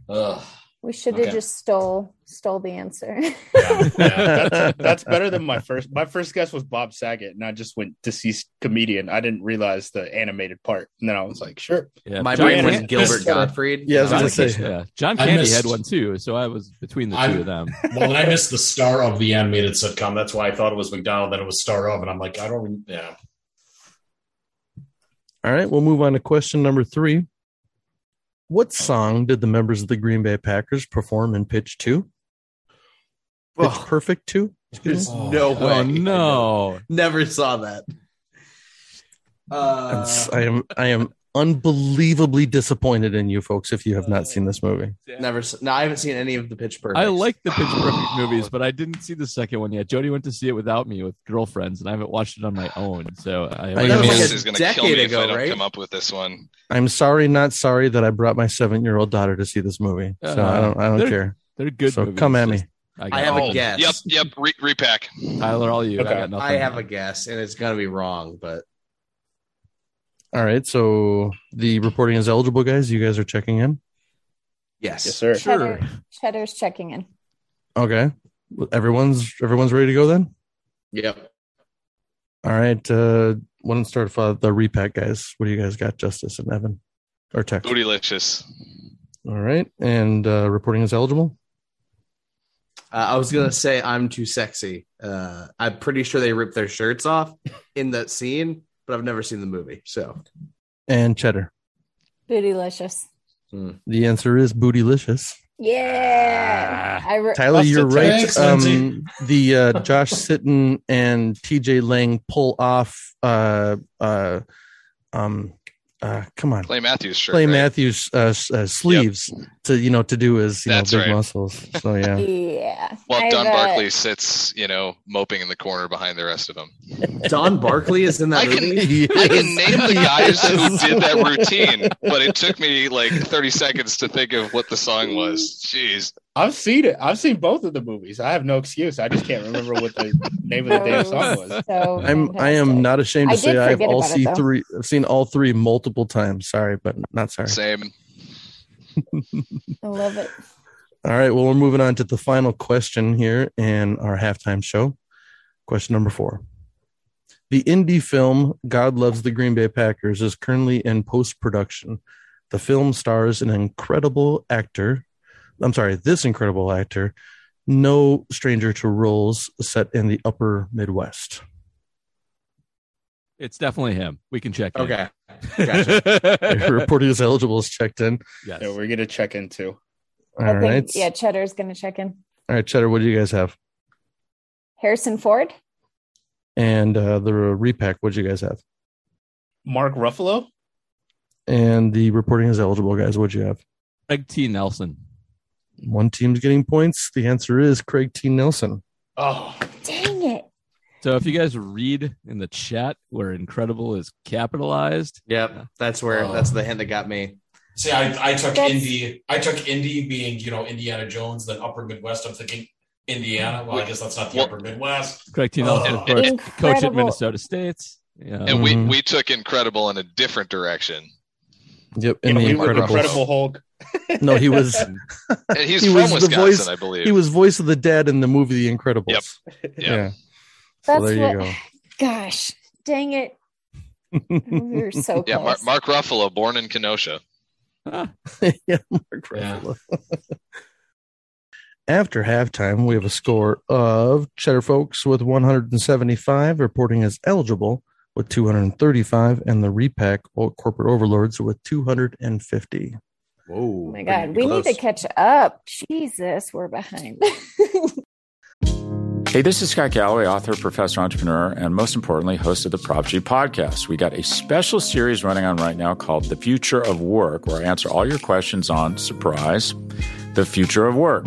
S5: uh,
S4: We should have
S5: Okay.
S4: just stole stole the answer. [laughs]
S5: yeah, yeah.
S2: [laughs]
S1: That's, that's better than my first. My first guess was Bob Saget, and I just went deceased comedian. I didn't realize the animated part, and then I was like, sure.
S6: Yeah,
S7: My
S6: John
S7: brain
S1: Giant
S7: was
S1: ant-
S6: Candy-
S7: Gilbert
S1: Mister-
S7: Gottfried.
S2: Yeah, I was
S7: Um,
S2: gonna
S6: John
S2: say-
S6: Candy, yeah. John
S5: I
S6: Candy
S5: missed-
S6: had one too, so I was between the
S5: I'm-
S6: two of
S7: [laughs]
S6: them.
S7: Oh,
S5: well, and I missed the star of the animated sitcom. That's why I thought it was McDonald, then it was star of, and I'm like, I don't. Yeah,
S2: All right, we'll move on to question number three. What song did the members of the Green Bay Packers perform in pitch two? Pitch
S7: Ugh.
S2: perfect two?
S7: There's "Oh, no way. [laughs]
S6: Oh no!
S7: Never saw that.
S2: I'm
S7: Uh,
S2: s- I am I am unbelievably disappointed in you folks if you have not seen this movie.
S7: never. s- No, I haven't seen any of the Pitch Perfect.
S6: I like the Pitch
S7: [gasps]
S6: Perfect movies, but I didn't see the second one yet. Jody went to see it without me with girlfriends, and I haven't watched it on my own. So I,
S2: I
S3: That
S2: know.
S3: means
S7: a
S3: is going to kill me
S7: decade
S3: if I
S7: ago,
S3: don't
S7: right?
S3: come up with this one.
S2: I'm sorry, not sorry that I brought my seven year old daughter to see this movie. So I don't I don't
S6: Uh-huh. They're
S2: care.
S6: they're good.
S2: So
S6: movies,
S2: come at
S6: just-
S2: me.
S6: got
S7: I have a
S6: nothing.
S7: guess.
S3: Yep, yep. Re- repack.
S7: Uh,
S6: Tyler, all you.
S1: Okay.
S6: I got nothing.
S7: I have a guess, and it's gonna be wrong, but
S2: All right, so the reporting is eligible, guys. You guys are checking in.
S7: yes,
S1: Yes, sir.
S6: Sure.
S4: Cheddar, Cheddar's checking in.
S2: Okay, everyone's everyone's ready to go then.
S7: Yep.
S2: All right, uh, why don't start with uh, the repack, guys? What do you guys got, Justice and Evan, or Tech? All
S3: Bootylicious.
S2: right, and uh, reporting is eligible.
S7: Uh, I was gonna say I'm too sexy. Uh, I'm pretty sure they ripped their shirts off in that scene, but I've never seen the movie. So
S2: And Cheddar.
S4: Bootylicious.
S2: The answer is bootylicious.
S4: Yeah. I re-
S2: Tyler,
S1: Busted
S2: you're right.
S5: Thanks,
S2: um,
S5: Lindsay.
S2: the uh, Josh Sitton and TJ Lang pull off. Uh, uh, um, uh, come on,
S3: Clay Matthews shirt.
S2: Clay
S3: right?
S2: Matthews uh, s- uh, sleeves to you know to do his you
S3: That's
S2: know big
S3: right.
S2: muscles. So yeah,
S4: [laughs] yeah.
S3: While
S4: I've,
S3: Don
S4: uh,
S3: Barkley sits, you know, moping in the corner behind the rest of them.
S7: Don Barkley is in that
S3: I can-
S7: movie.
S3: I
S2: Yes.
S3: can name the guys who
S2: Yes.
S3: did that routine, but it took me like 30 seconds to think of what the song was. Jeez.
S1: I've seen it. I've seen both of the movies. I have no excuse. I just can't remember what the name of the damn song was.
S4: So
S2: I'm I am
S4: fantastic.
S2: not ashamed to
S4: I did
S2: say I've
S4: forget
S2: all
S4: about it,
S2: see
S4: though.
S2: three. I've seen all three multiple times. Sorry, but not sorry.
S3: Same.
S4: I love it.
S2: All right. Well, we're moving on to the final question here in our halftime show. Question number four. The indie film God Loves the Green Bay Packers is currently in post production. The film stars an incredible actor. I'm sorry, this incredible actor, no stranger to roles set in the upper Midwest.
S6: It's definitely him. We can check. in. [laughs]
S7: Okay. Gotcha.
S2: If reported as eligible is checked in.
S6: yes.
S1: Yeah, we're gonna check in too.
S2: All
S4: I
S2: right.
S4: think yeah, Cheddar's gonna check in.
S2: All right, Cheddar, what do you guys have?
S4: Harrison Ford,
S2: And uh, the repack, what do you guys have?
S1: Mark Ruffalo.
S2: And the reporting is eligible, guys. What'd you have?
S6: Craig T. Nelson.
S2: One team's getting points. The answer is Craig T. Nelson.
S1: Oh,
S4: dang it!
S6: So if you guys read in the chat where incredible is capitalized,
S7: Yep. That's where
S5: Oh.
S7: that's the hint that got me.
S5: See, I, I took
S4: That's-
S5: Indy. I took Indy being, you know, Indiana Jones, then Upper Midwest. I'm thinking Indiana. Well, I guess that's not the
S3: Well-
S5: Upper Midwest.
S6: Craig T.
S5: Oh.
S6: Nelson, of course, coach at
S4: Incredible.
S6: Minnesota State. Yeah.
S3: And we,
S2: Mhm.
S3: we took incredible in a different direction.
S2: Yep. And the
S1: we were
S2: incredible.
S1: Incredible Hulk.
S2: [laughs] No, he was
S3: And he's
S2: He
S3: from
S2: was the
S3: Wisconsin,
S2: voice-
S3: I believe.
S2: he was voice of the dad in the movie The Incredibles.
S3: Yep. Yeah.
S2: So
S4: That's
S2: there you
S4: what.
S2: go.
S4: Gosh, dang it! We [laughs] were so
S3: [laughs] yeah, Mar-
S4: close.
S3: Mark Ruffalo, born in Kenosha.
S2: [laughs] yeah, Mark
S5: Yeah.
S2: Ruffalo. [laughs] After halftime, we have a score of Cheddar Folks with 175, reporting as eligible with 235, and the Repack or Corporate Overlords with 250.
S7: Whoa.
S4: oh my god, we need to catch up. Jesus, we're behind.
S8: Hey, this is Scott Galloway, author, professor, entrepreneur, and most importantly, host of the Prop G podcast. We got a special series running on right now called The Future of Work, where I answer all your questions on surprise, the future of work.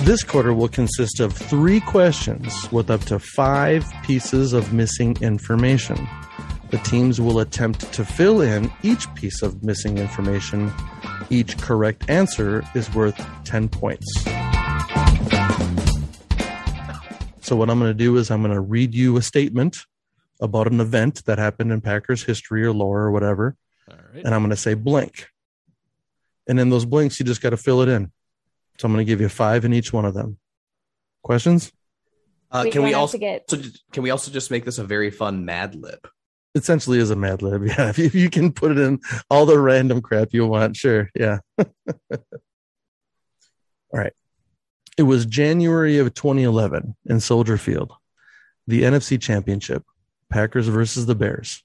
S2: This quarter will consist of three questions with up to five pieces of missing information. The teams will attempt to fill in each piece of missing information. Each correct answer is worth 10 points. So, what I'm going to do is, I'm going to read you a statement about an event that happened in Packers history or lore or whatever,
S6: All right.
S2: and I'm going to say blank. And in those blanks, you just got to fill it in. So I'm going to give you five in each one of them. Questions?
S7: Uh,
S4: we
S7: can
S4: don't
S7: we
S4: have
S7: also
S4: to get?
S7: can we also just make this a very fun Mad Lib?
S2: Essentially, is a Mad Lib. [laughs] Yeah, if you, you can put it in all the random crap you want. Sure. Yeah. [laughs] all right. It was January of 2011 in Soldier Field, the NFC Championship, Packers versus the Bears.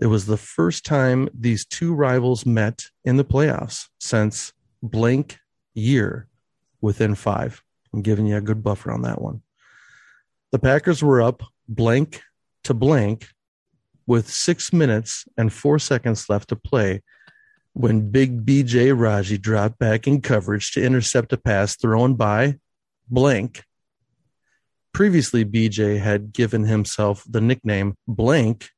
S2: It was the first time these two rivals met in the playoffs since blank year within five. I'm giving you a good buffer on that one. The Packers were up blank to blank with six minutes and four seconds left to play when big BJ Raji dropped back in coverage to intercept a pass thrown by blank. Previously, BJ had given himself the nickname blank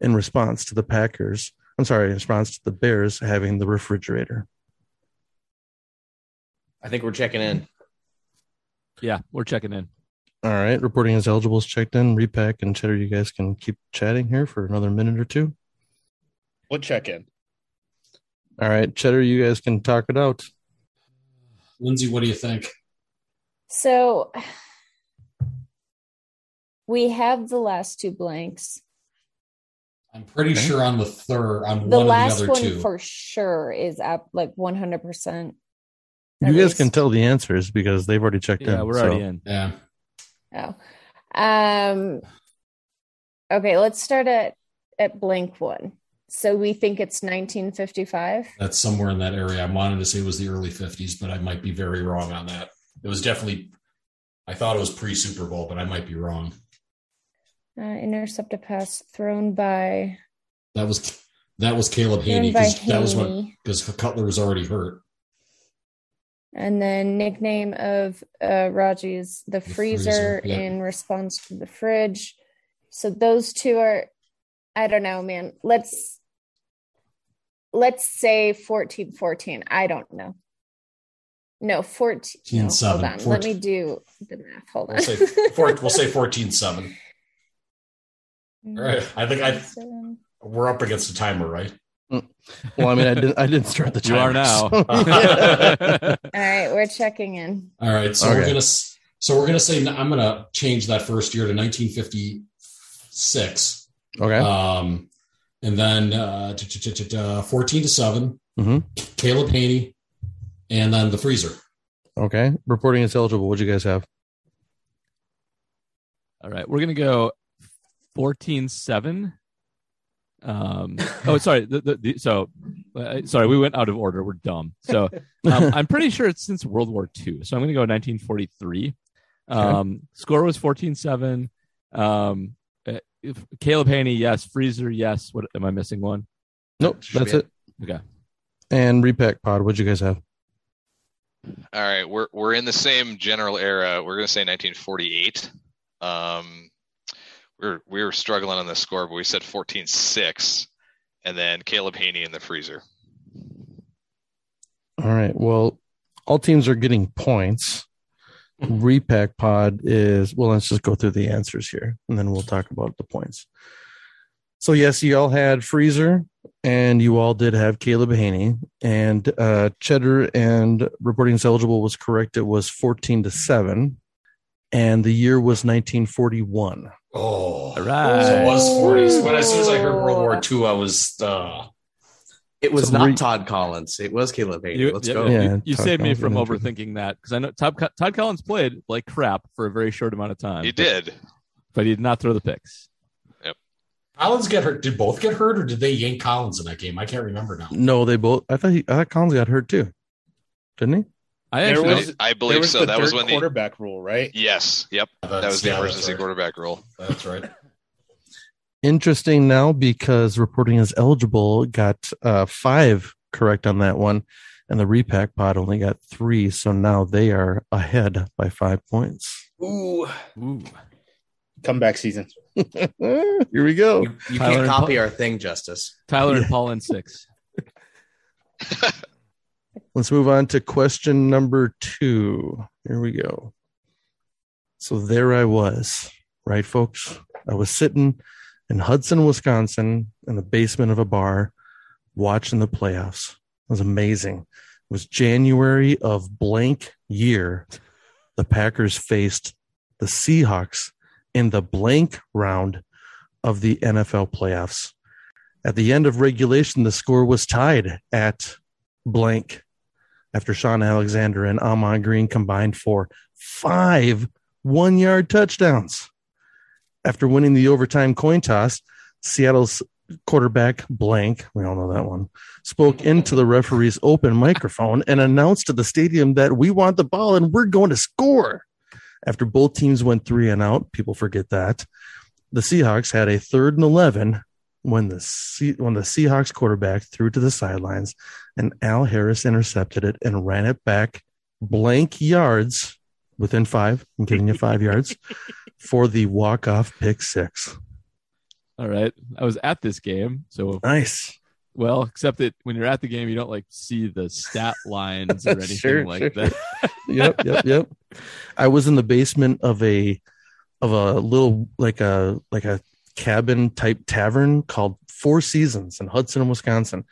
S2: in response to the Packers. I'm sorry, in response to the Bears having the refrigerator.
S7: I think we're checking in.
S6: Yeah, we're checking in.
S2: All right, reporting as eligible is checked in. Repack and Cheddar, you guys can keep chatting here for another minute or two.
S1: We'll check in.
S2: All right, Cheddar, you guys can talk it out.
S5: Lindsay, what do you think?
S4: So we have the last two blanks.
S5: I'm pretty
S2: Okay.
S5: sure on the third, on
S4: The
S5: one
S4: last
S5: of the other
S4: one
S5: two.
S4: for sure is up like 100%.
S2: You
S4: At
S2: guys
S4: least.
S2: can tell the answers because they've already checked in.
S6: Yeah, we're
S2: so-
S6: already in.
S5: Yeah.
S4: Oh. Um okay, let's start at at blank one. So we think it's 1955.
S5: That's somewhere in that area. I wanted to say it was the early 50s, but I might be very wrong on that. It was definitely, I thought it was pre Super Bowl, but I might be wrong.
S4: Uh, intercept a pass thrown by
S5: That was That was Caleb Haney
S4: Run by
S5: because that was when
S4: Haney.
S5: because Cutler was already hurt.
S4: And then nickname of uh, Raji is the, freezer,
S5: freezer, yeah.
S4: in response to the fridge. So those two are, I don't know, man. Let's let's say fourteen, fourteen. I don't know. No, fourteen. no, hold
S5: 14.
S4: on. Let me do the math. Hold on.
S5: We'll
S4: [laughs]
S5: say four, we'll say 14-7. All right. I think I
S4: Seven.
S5: we're up against the timer, right?
S2: Well, I mean, I didn't. I didn't start the.
S6: You are
S2: timer,
S6: now.
S2: so-
S6: [laughs]
S4: All right, we're checking in.
S5: All right. So we're
S2: Okay.
S5: gonna s- so we're gonna say I'm gonna change that first year to 1956.
S2: [laughs] okay.
S5: Um, and then uh, t- t- t- t- uh, 14 to 7,
S2: Mhm.
S5: Caleb Haney, and then the freezer.
S2: okay. Reporting is eligible. What'd you guys have?
S6: All right, we're gonna go fourteen seven. Um, oh, sorry. The, the, the, so, uh, sorry, we went out of order. We're dumb. So, um,
S2: [laughs]
S6: I'm pretty sure it's since World War II. So I'm gonna go 1943. Um, Score was 14-7. Um, uh, if- Caleb Haney, yes. Freezer, yes. What am I missing? One.
S2: Nope.
S7: should
S2: That's
S7: be
S2: it.
S7: it.
S6: Okay.
S2: And repack pod. What'd you guys have?
S3: All right, we're we're in the same general era. We're gonna say 1948. Um, we're we were struggling on the score, but we said 14-6, and then Caleb Haney in the freezer.
S2: All right. Well, all teams are getting points. Repack pod is well. Let's just go through the answers here, and then we'll talk about the points. So yes, you all had freezer, and you all did have Caleb Haney and uh, Cheddar. And reporting is eligible was correct. It was fourteen to seven, and the year was nineteen forty one.
S5: Oh,
S6: All
S5: So it
S6: right.
S5: was 40s. When as soon as I heard World War II, I was uh,
S7: It was
S2: So
S7: not
S2: re-
S7: Todd Collins. It was Caleb Hayden.
S6: You,
S7: Let's
S6: yeah,
S7: go.
S6: you-
S2: Yeah,
S6: you,
S2: Todd
S6: saved me
S2: Collins
S6: from
S2: and everything.
S6: overthinking that because I know Todd, Co- Todd Collins played like crap for a very short amount of time.
S3: He did.
S6: but he did not throw the picks.
S5: Collins get hurt. Did both get hurt, or did they yank Collins in that game? I can't remember now.
S2: No, they both. I thought he, I thought Collins got hurt too, didn't he?
S6: I
S1: There
S6: actually
S1: was-
S3: I, I
S1: There
S3: believe so.
S1: the
S3: That was
S1: third
S3: when the
S1: quarterback rule, right?
S3: yes, yep, that was the
S5: yeah, that's
S3: emergency
S5: right.
S3: quarterback rule.
S5: That's right.
S2: interesting now because reporting is eligible got uh, five correct on that one and the repack pod only got three so now they are ahead by five points
S1: [laughs] Ooh,
S6: Ooh.
S1: comeback season.
S2: here we go
S7: You, you
S6: Tyler
S7: can't
S6: and
S7: copy
S6: Paul-
S7: our thing, Justice.
S6: Tyler and Paul in six.
S2: let's move on to question number two here we go so there i was right folks i was sitting in hudson wisconsin in the basement of a bar watching the playoffs it was amazing it was january of blank year the packers faced the seahawks in the blank round of the nfl playoffs at the end of regulation the score was tied at blank after Sean Alexander and Amon Green combined for five one yard touchdowns. After winning the overtime coin toss, Seattle's quarterback, blank, we all know that one, spoke into the referee's open microphone and announced to the stadium that we want the ball and we're going to score. After both teams went three and out, people forget that. The Seahawks had a third and 11 when the, Se- when the Seahawks quarterback threw to the sidelines and Al Harris intercepted it and ran it back blank yards within five. I'm giving you five yards for the walk off pick six.
S6: All right. I was at this game. So,
S2: Nice.
S6: well, except that when you're at the game, you don't like see the stat lines or anything
S2: Sure,
S6: like
S2: sure.
S6: that.
S2: Yep, yep, yep. I was in the basement of a of a little like a like a cabin type tavern called Four Seasons in Hudson, Wisconsin.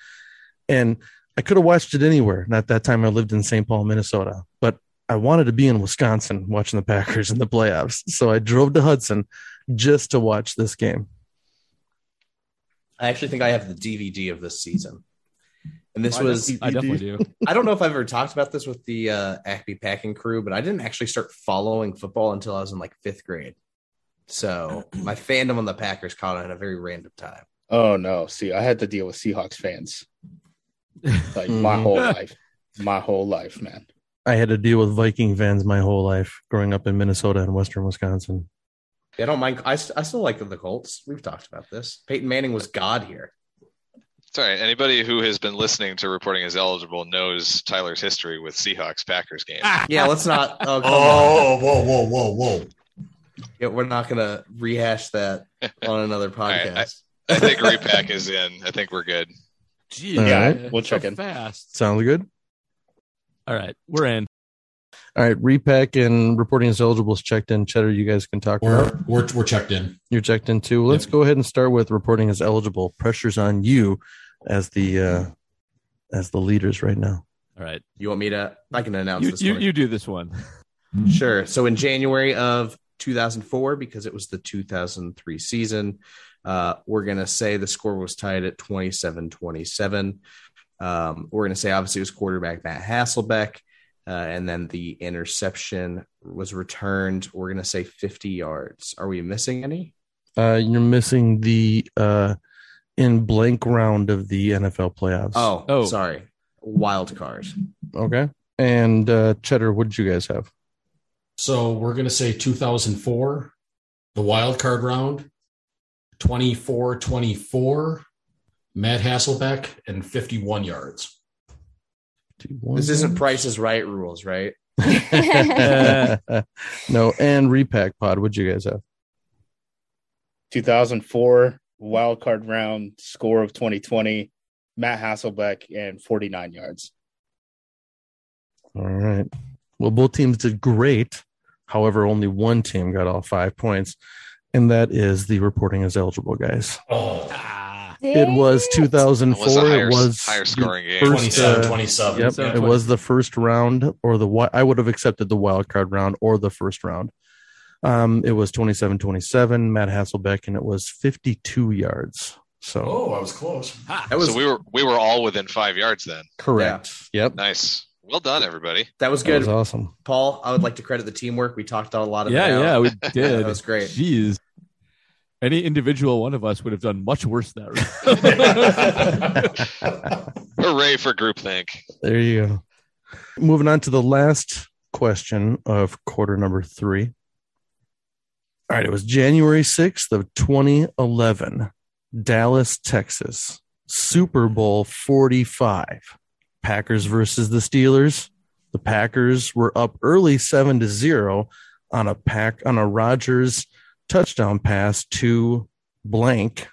S2: And I could have watched it anywhere. Not that time I lived in St. Paul, Minnesota, but I wanted to be in Wisconsin watching the Packers in the playoffs. So I drove to Hudson just to watch this game.
S7: I actually think I have the DVD of this season. And this
S1: Why
S7: was
S1: does he-
S6: I definitely do.
S7: [laughs] I don't know if I've ever talked about this with the uh, Acme packing crew, but I didn't actually start following football until I was in like fifth grade.
S3: [clears throat]
S7: So my fandom on the Packers caught on at a very random time.
S1: Oh no! See, I had to deal with Seahawks fans like my
S2: Mhm.
S1: whole life, my whole life, man.
S2: I had to deal with Viking fans my whole life growing up in Minnesota and Western Wisconsin.
S7: I don't mind. I, st- I still like the Colts. We've talked about this. Peyton Manning was God here.
S3: It's all right. Anybody who has been listening to reporting is eligible knows Tyler's history with Seahawks Packers games.
S6: Ah.
S7: Yeah,
S3: [laughs]
S7: let's not. Oh, come on.
S5: Oh, whoa, whoa, whoa, whoa.
S7: Yeah, we're not gonna rehash that
S3: [laughs]
S7: on another
S3: right,
S7: podcast.
S3: I think repack is in. I think we're good.
S6: Gee,
S2: All
S1: Yeah,
S6: man,
S1: we'll
S6: so
S1: check in.
S6: fast.
S2: Sounds good.
S6: All right, we're in.
S2: All right, repack and reporting is eligible is checked in. Cheddar, you guys can talk. about
S5: We're, we're, we're checked in.
S2: You're checked in too. Let's
S5: Yep.
S2: go ahead and start with reporting is eligible. Pressure's on you as the uh, as the leaders right now.
S6: All right,
S7: [laughs] You want me to? I can announce
S6: you
S7: this
S6: you,
S7: one.
S6: you do this one.
S7: Sure. So in January of 2004, because it was the 2003 season, uh, we're going to say the score was tied at 27 27. Um, we're going to say obviously it was quarterback Matt Hasselbeck. Uh, and then the interception was returned. We're going to say 50 yards. Are we missing any?
S2: Uh, you're missing the uh, in blank round of the NFL playoffs.
S7: Oh,
S6: Oh.
S7: sorry. Wild card.
S2: okay. And uh, Cheddar, what did you guys have?
S5: So we're going to say 2004, the wild card round, 24 24, Matt Hasselbeck, and 51 yards.
S7: This isn't Price is Right rules, right? [laughs]
S2: [laughs] no, and repack pod. What'd you guys have?
S1: 2004 wild card round score of 2020 matt hasselbeck and 49 yards
S2: All right. Well, both teams did great. However, only one team got all five points, and that is the reporting is eligible guys.
S5: Oh,
S6: Ah,
S2: It was
S3: It
S2: 2004.
S3: was a higher,
S2: it was
S3: higher
S2: the
S3: scoring game.
S2: first,
S5: 27
S2: uh,
S5: 27.
S2: Yep,
S6: So
S2: it
S6: twenty-
S2: was the first round, or the wi- I would have accepted the wild card round or the first round. Um, it was 27-27, Matt Hasselbeck, and it was 52 yards. So
S5: Oh, I was close.
S7: That was
S3: so we were we were all within five yards then.
S2: correct. Yep,
S3: Nice. Well done, everybody.
S7: that was
S2: that
S7: good.
S2: was awesome.
S7: Paul, I would like to credit the teamwork. We talked a lot of
S6: yeah,
S7: it out.
S6: yeah, we
S7: That
S6: did.
S7: was great.
S6: Jeez, any individual one of us would have done much worse that round.
S3: Hooray for groupthink.
S2: There you go. Moving on to the last question of quarter number three. All right, it was January 6th of 2011, Dallas, Texas, Super Bowl 45, Packers versus the Steelers. The Packers were up early 7 to 0 on a pack on a Rodgers touchdown pass to blank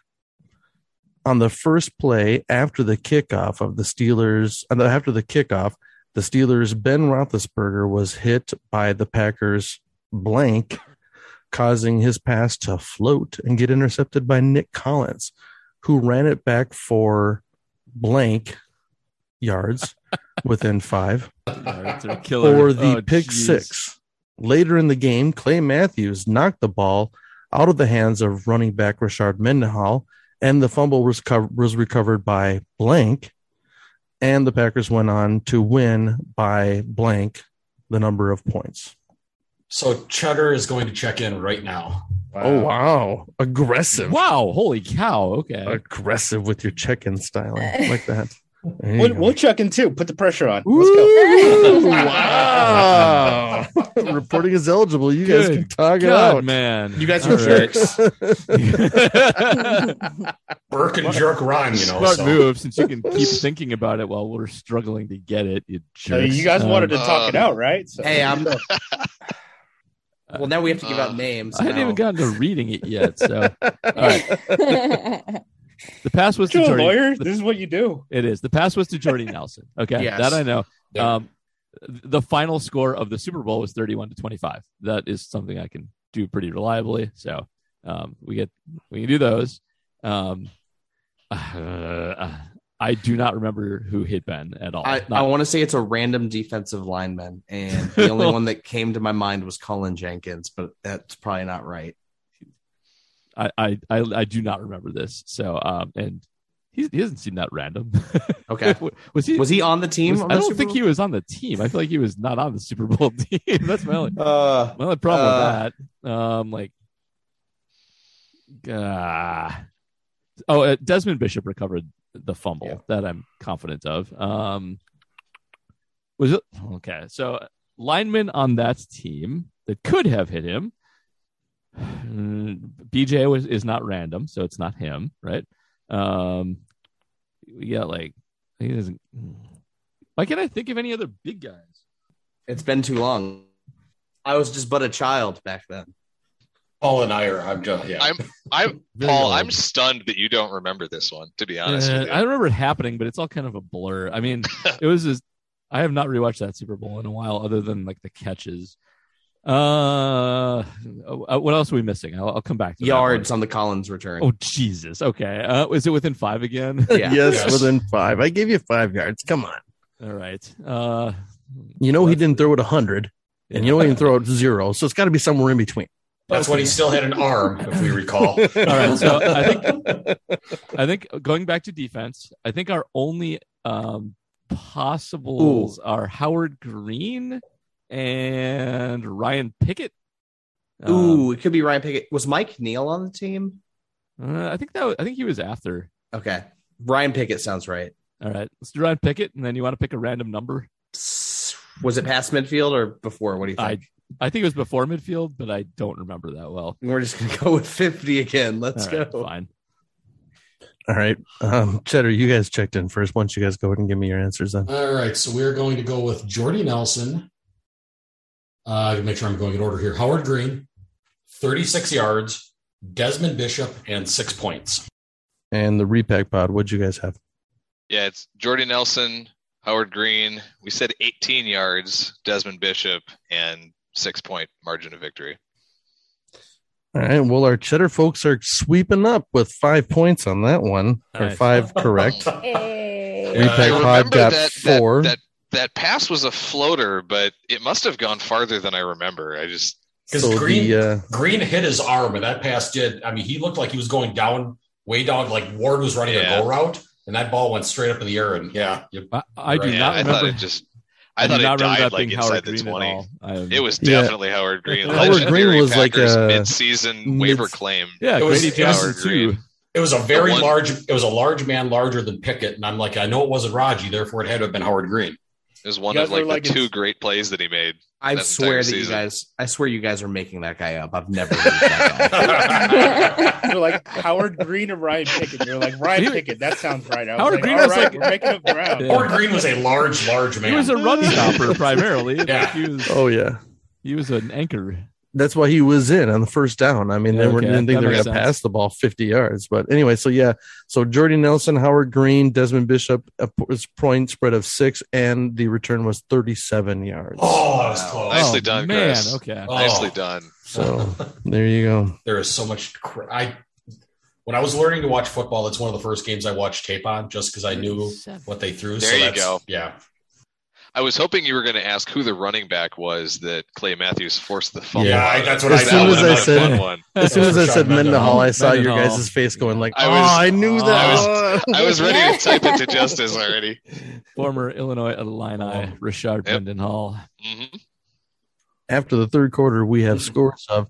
S2: on the first play after the kickoff of the Steelers, and after the kickoff, the Steelers' Ben Roethlisberger was hit by the Packers' blank, causing his pass to float and get intercepted by Nick Collins, who ran it back for blank yards within five
S5: [laughs]
S6: Yards are killer.
S2: for the
S6: Oh,
S2: pick
S6: jeez.
S2: six. Later in the game, Clay Matthews knocked the ball out of the hands of running back Richard Mendenhall, and the fumble was, co- was recovered by blank. And the Packers went on to win by blank the number of points.
S5: So Cheddar is going to check in right now.
S2: Oh, wow. Aggressive.
S6: Wow! Holy cow! Okay.
S2: Aggressive with your check in styling like that. There you
S1: we'll,
S2: go.
S1: we'll check in too put the pressure on let's go
S4: [laughs]
S2: Wow. Reporting is eligible. You guys can
S6: Good
S2: [laughs] talk it
S6: God,
S2: out.
S6: man,
S1: you guys
S6: All
S1: are
S6: right.
S2: [laughs]
S6: [laughs]
S1: jerks
S5: [laughs] Burke and jerk rhyme, you know.
S6: Smart
S5: so-
S6: move, since you can keep thinking about it while we're struggling to get it. You
S1: I mean,
S6: jerks.
S1: you guys
S6: Um,
S1: wanted to talk it
S3: Um,
S1: out right so,
S7: Uh, Hey, I'm. well, now we have to give
S3: Uh,
S7: out names.
S6: I hadn't
S7: now.
S6: even gotten to reading it
S1: [laughs]
S6: yet. So, all right. The pass was to
S1: you're a
S6: Jordy.
S1: lawyer
S6: the-
S1: this is what you
S7: [laughs]
S1: do
S6: it is. The pass was to Jordy Nelson. Okay,
S7: Yes.
S6: that I know.
S5: Yeah.
S6: Um, the final score of the Super Bowl was thirty-one to twenty-five. That is something I can do pretty reliably. So, um, we get we can do those. Um, [sighs] uh, I do not remember who hit Ben at all.
S7: I, I
S6: Not-
S7: want to say it's a random defensive lineman, and
S6: [laughs]
S7: the only one that came to my mind was Colin Jenkins, but that's probably not right.
S6: I, I, I, I do not remember this. So, um, and he, he doesn't seem that random. [laughs]
S7: Okay,
S6: was he?
S7: was he on the team?
S6: was- I don't think he was on the team. I feel like he was not on the Super Bowl [laughs] team. That's my only,
S7: Uh,
S6: my only problem
S7: Uh.
S6: with that. Um, like, ah. oh, uh, Desmond Bishop recovered the fumble
S7: Yeah.
S6: that I'm confident of. Um, was it okay? So lineman on that team that could have hit him. [sighs] Mm, BJ was is not random, so it's not him, right? Um, we got like he doesn't. Why can't I think of any other big guys?
S7: It's been too long. I was just but a child back then.
S5: Paul and I are. I'm just. Yeah.
S3: I'm I'm
S6: Very
S3: Paul.
S6: old.
S3: I'm stunned that you don't remember this one. To be honest,
S6: Uh,
S3: with you.
S6: I remember it happening, but it's all kind of a blur. I mean, it was just, I have not rewatched that Super Bowl in a while, other than like the catches. Uh, uh, what else are we missing? I'll, I'll come back. To that one.
S7: Yards on the Collins return.
S6: Oh Jesus. Okay. Uh, is it within five again?
S7: [laughs] yeah.
S2: Yes,
S5: Yes.
S2: within five. I gave you five yards. Come on.
S6: all right. Uh,
S2: You know he didn't throw it hundred, and you know
S6: [laughs]
S2: he didn't throw it zero. So it's got to be somewhere in between.
S5: That's when he still had an arm, if we
S6: [laughs]
S2: All
S5: recall.
S6: right, so I
S7: [laughs]
S6: I think going back to defense, I think our only um, possibles are Howard Green and Ryan Pickett. Um,
S7: Ooh, it could be Ryan Pickett. Was Mike Neal on the team?
S6: uh, I think that was, I think he was after.
S7: Okay. Ryan Pickett sounds right.
S6: All right, let's do Ryan Pickett, and then you want to pick a random number.
S7: Was it past midfield or before? What do you think?
S6: I I think it was before midfield, but I don't remember that well.
S7: We're just gonna go with fifty again. Let's
S6: All right,
S7: go.
S6: Fine.
S2: All right, um, Cheddar, you guys checked in first. Why don't you guys go ahead and give me your answers then?
S5: All right, so we're going to go with Jordy Nelson. Uh, to make sure I'm going in order here. Howard Green, 36 yards, Desmond Bishop, and six points.
S2: And the repack pod. What'd you guys have?
S3: yeah, it's Jordy Nelson, Howard Green. We said 18 yards, Desmond Bishop, and six point margin of victory.
S2: All right. Well, our cheddar folks are sweeping up with five points on that one, or
S6: Nice.
S2: five correct.
S4: [laughs] Hey.
S5: Yeah,
S2: Repack
S5: I
S2: pod got four.
S3: Uh, That, that that pass was a floater, but it must have gone farther than I remember. I just
S5: Because
S2: so
S5: Green,
S2: the uh,
S5: [laughs] Green hit his arm, and that pass did. I mean, he looked like he was going down, way down, like Ward was running
S3: Yeah.
S5: a go route, and that ball went straight up in the air. And yeah, you-
S6: I, I do
S5: Right,
S3: yeah,
S6: not
S3: I
S6: remember.
S3: thought it just I,
S6: do
S3: thought
S6: not
S3: it
S6: remember
S3: died
S6: that
S3: like
S6: being Howard
S3: inside the
S6: Green at
S3: 20.
S6: all. I am-
S3: It was
S2: Yeah.
S3: definitely Howard Green.
S6: Howard
S3: Legendary
S2: Green was like
S3: Packers
S2: a-
S3: mid-season waiver
S2: mid-
S3: claim.
S6: yeah,
S5: it was-
S6: Grady
S5: it was
S6: Johnson
S3: Green.
S6: too.
S5: it was a very
S3: The one-
S5: large. It was a large man, larger than Pickett, and I'm like, I know it wasn't Raji, therefore it had to have been Howard Green.
S3: It was one
S1: You
S3: of
S1: guys
S3: like
S1: were
S3: the
S1: like it's-
S3: two great plays that he made.
S7: I
S3: That
S7: swear
S3: entire
S7: that you
S3: season.
S7: guys. I swear you guys are making that guy up. I've never. Heard that [laughs] guy.
S1: You're like Howard Green and Ryan Pickett. You're like Ryan
S6: Dude.
S1: Pickett. That sounds right. I was
S6: Howard
S1: like,
S6: Green
S1: all
S6: was
S1: right,
S6: like-
S1: we're making up ground.
S2: [laughs]
S6: Yeah.
S5: Howard Green was a large, large man.
S6: He was a run stopper primarily.
S5: Yeah.
S6: Like, he was
S2: oh yeah,
S6: he was an anchor.
S2: that's why he was in on the first down. I mean,
S6: Yeah,
S2: they were,
S6: okay.
S2: didn't think
S6: That
S2: they were going
S6: makes
S2: to
S6: sense.
S2: pass the ball 50 yards. But anyway, so yeah, so Jordy Nelson, Howard Green, Desmond Bishop, a p- was point spread of six, and the return was 37 yards.
S5: Oh, that was close.
S3: Nicely
S6: oh,
S3: done,
S6: man.
S3: Chris.
S6: Okay.
S5: Oh.
S3: Nicely done. [laughs]
S2: So there you go.
S5: there is so much. cra- I when I was learning to watch football, that's one of the first games I watched tape on, just because I knew what they threw. so
S3: There you
S5: that's,
S3: go.
S5: Yeah,
S3: I was hoping you were going to ask who the running back was that Clay Matthews forced the fumble.
S5: Yeah,
S3: on.
S5: I- that's what
S2: As I soon thought. as I
S3: That was
S2: said
S3: a fun
S2: it.
S3: one.
S2: As soon as I said
S5: Mendenhall.
S2: Mendenhall, I saw your
S6: Mendenhall.
S2: guys' face going like,
S3: I
S2: "Oh,
S3: was-
S2: I knew that."
S3: I was ready to type it to
S2: [laughs]
S3: justice already.
S6: Former Illinois Illini Richard
S3: Yep.
S6: Mendenhall.
S3: hmm
S2: After the third quarter, we have scores of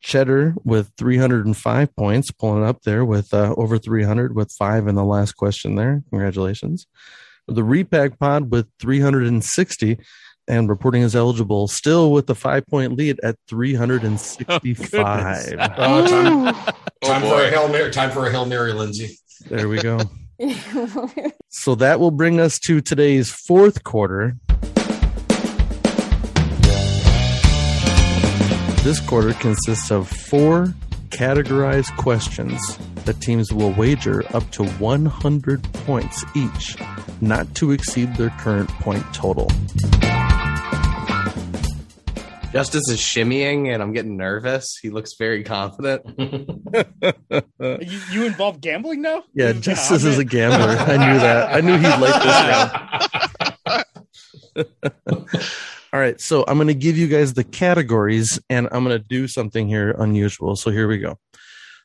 S2: Cheddar with 305 points, pulling up there with uh, over 300 with five in the last question there. Congratulations. The repack pod with 360 and reporting is eligible, still with the five point lead at 365.
S6: [laughs]
S5: Oh, time,
S3: Oh,
S5: time for
S3: boy.
S5: a hail mary. Time for a hail mary, Lindsay.
S2: there we go.
S6: [laughs]
S2: So that will bring us to today's fourth quarter. This quarter consists of four categorized questions that teams will wager up to 100 points each, not to exceed their current point total.
S7: Justice is shimmying, and I'm getting nervous. He looks very
S3: [laughs]
S7: confident.
S1: You, you involve gambling now? [laughs]
S2: Yeah,
S1: I'm
S2: Justice is a
S1: in.
S2: gambler. I knew that. I knew he'd like this round. All right, so I'm going to give you guys the categories and I'm going to do something here unusual. So here we go.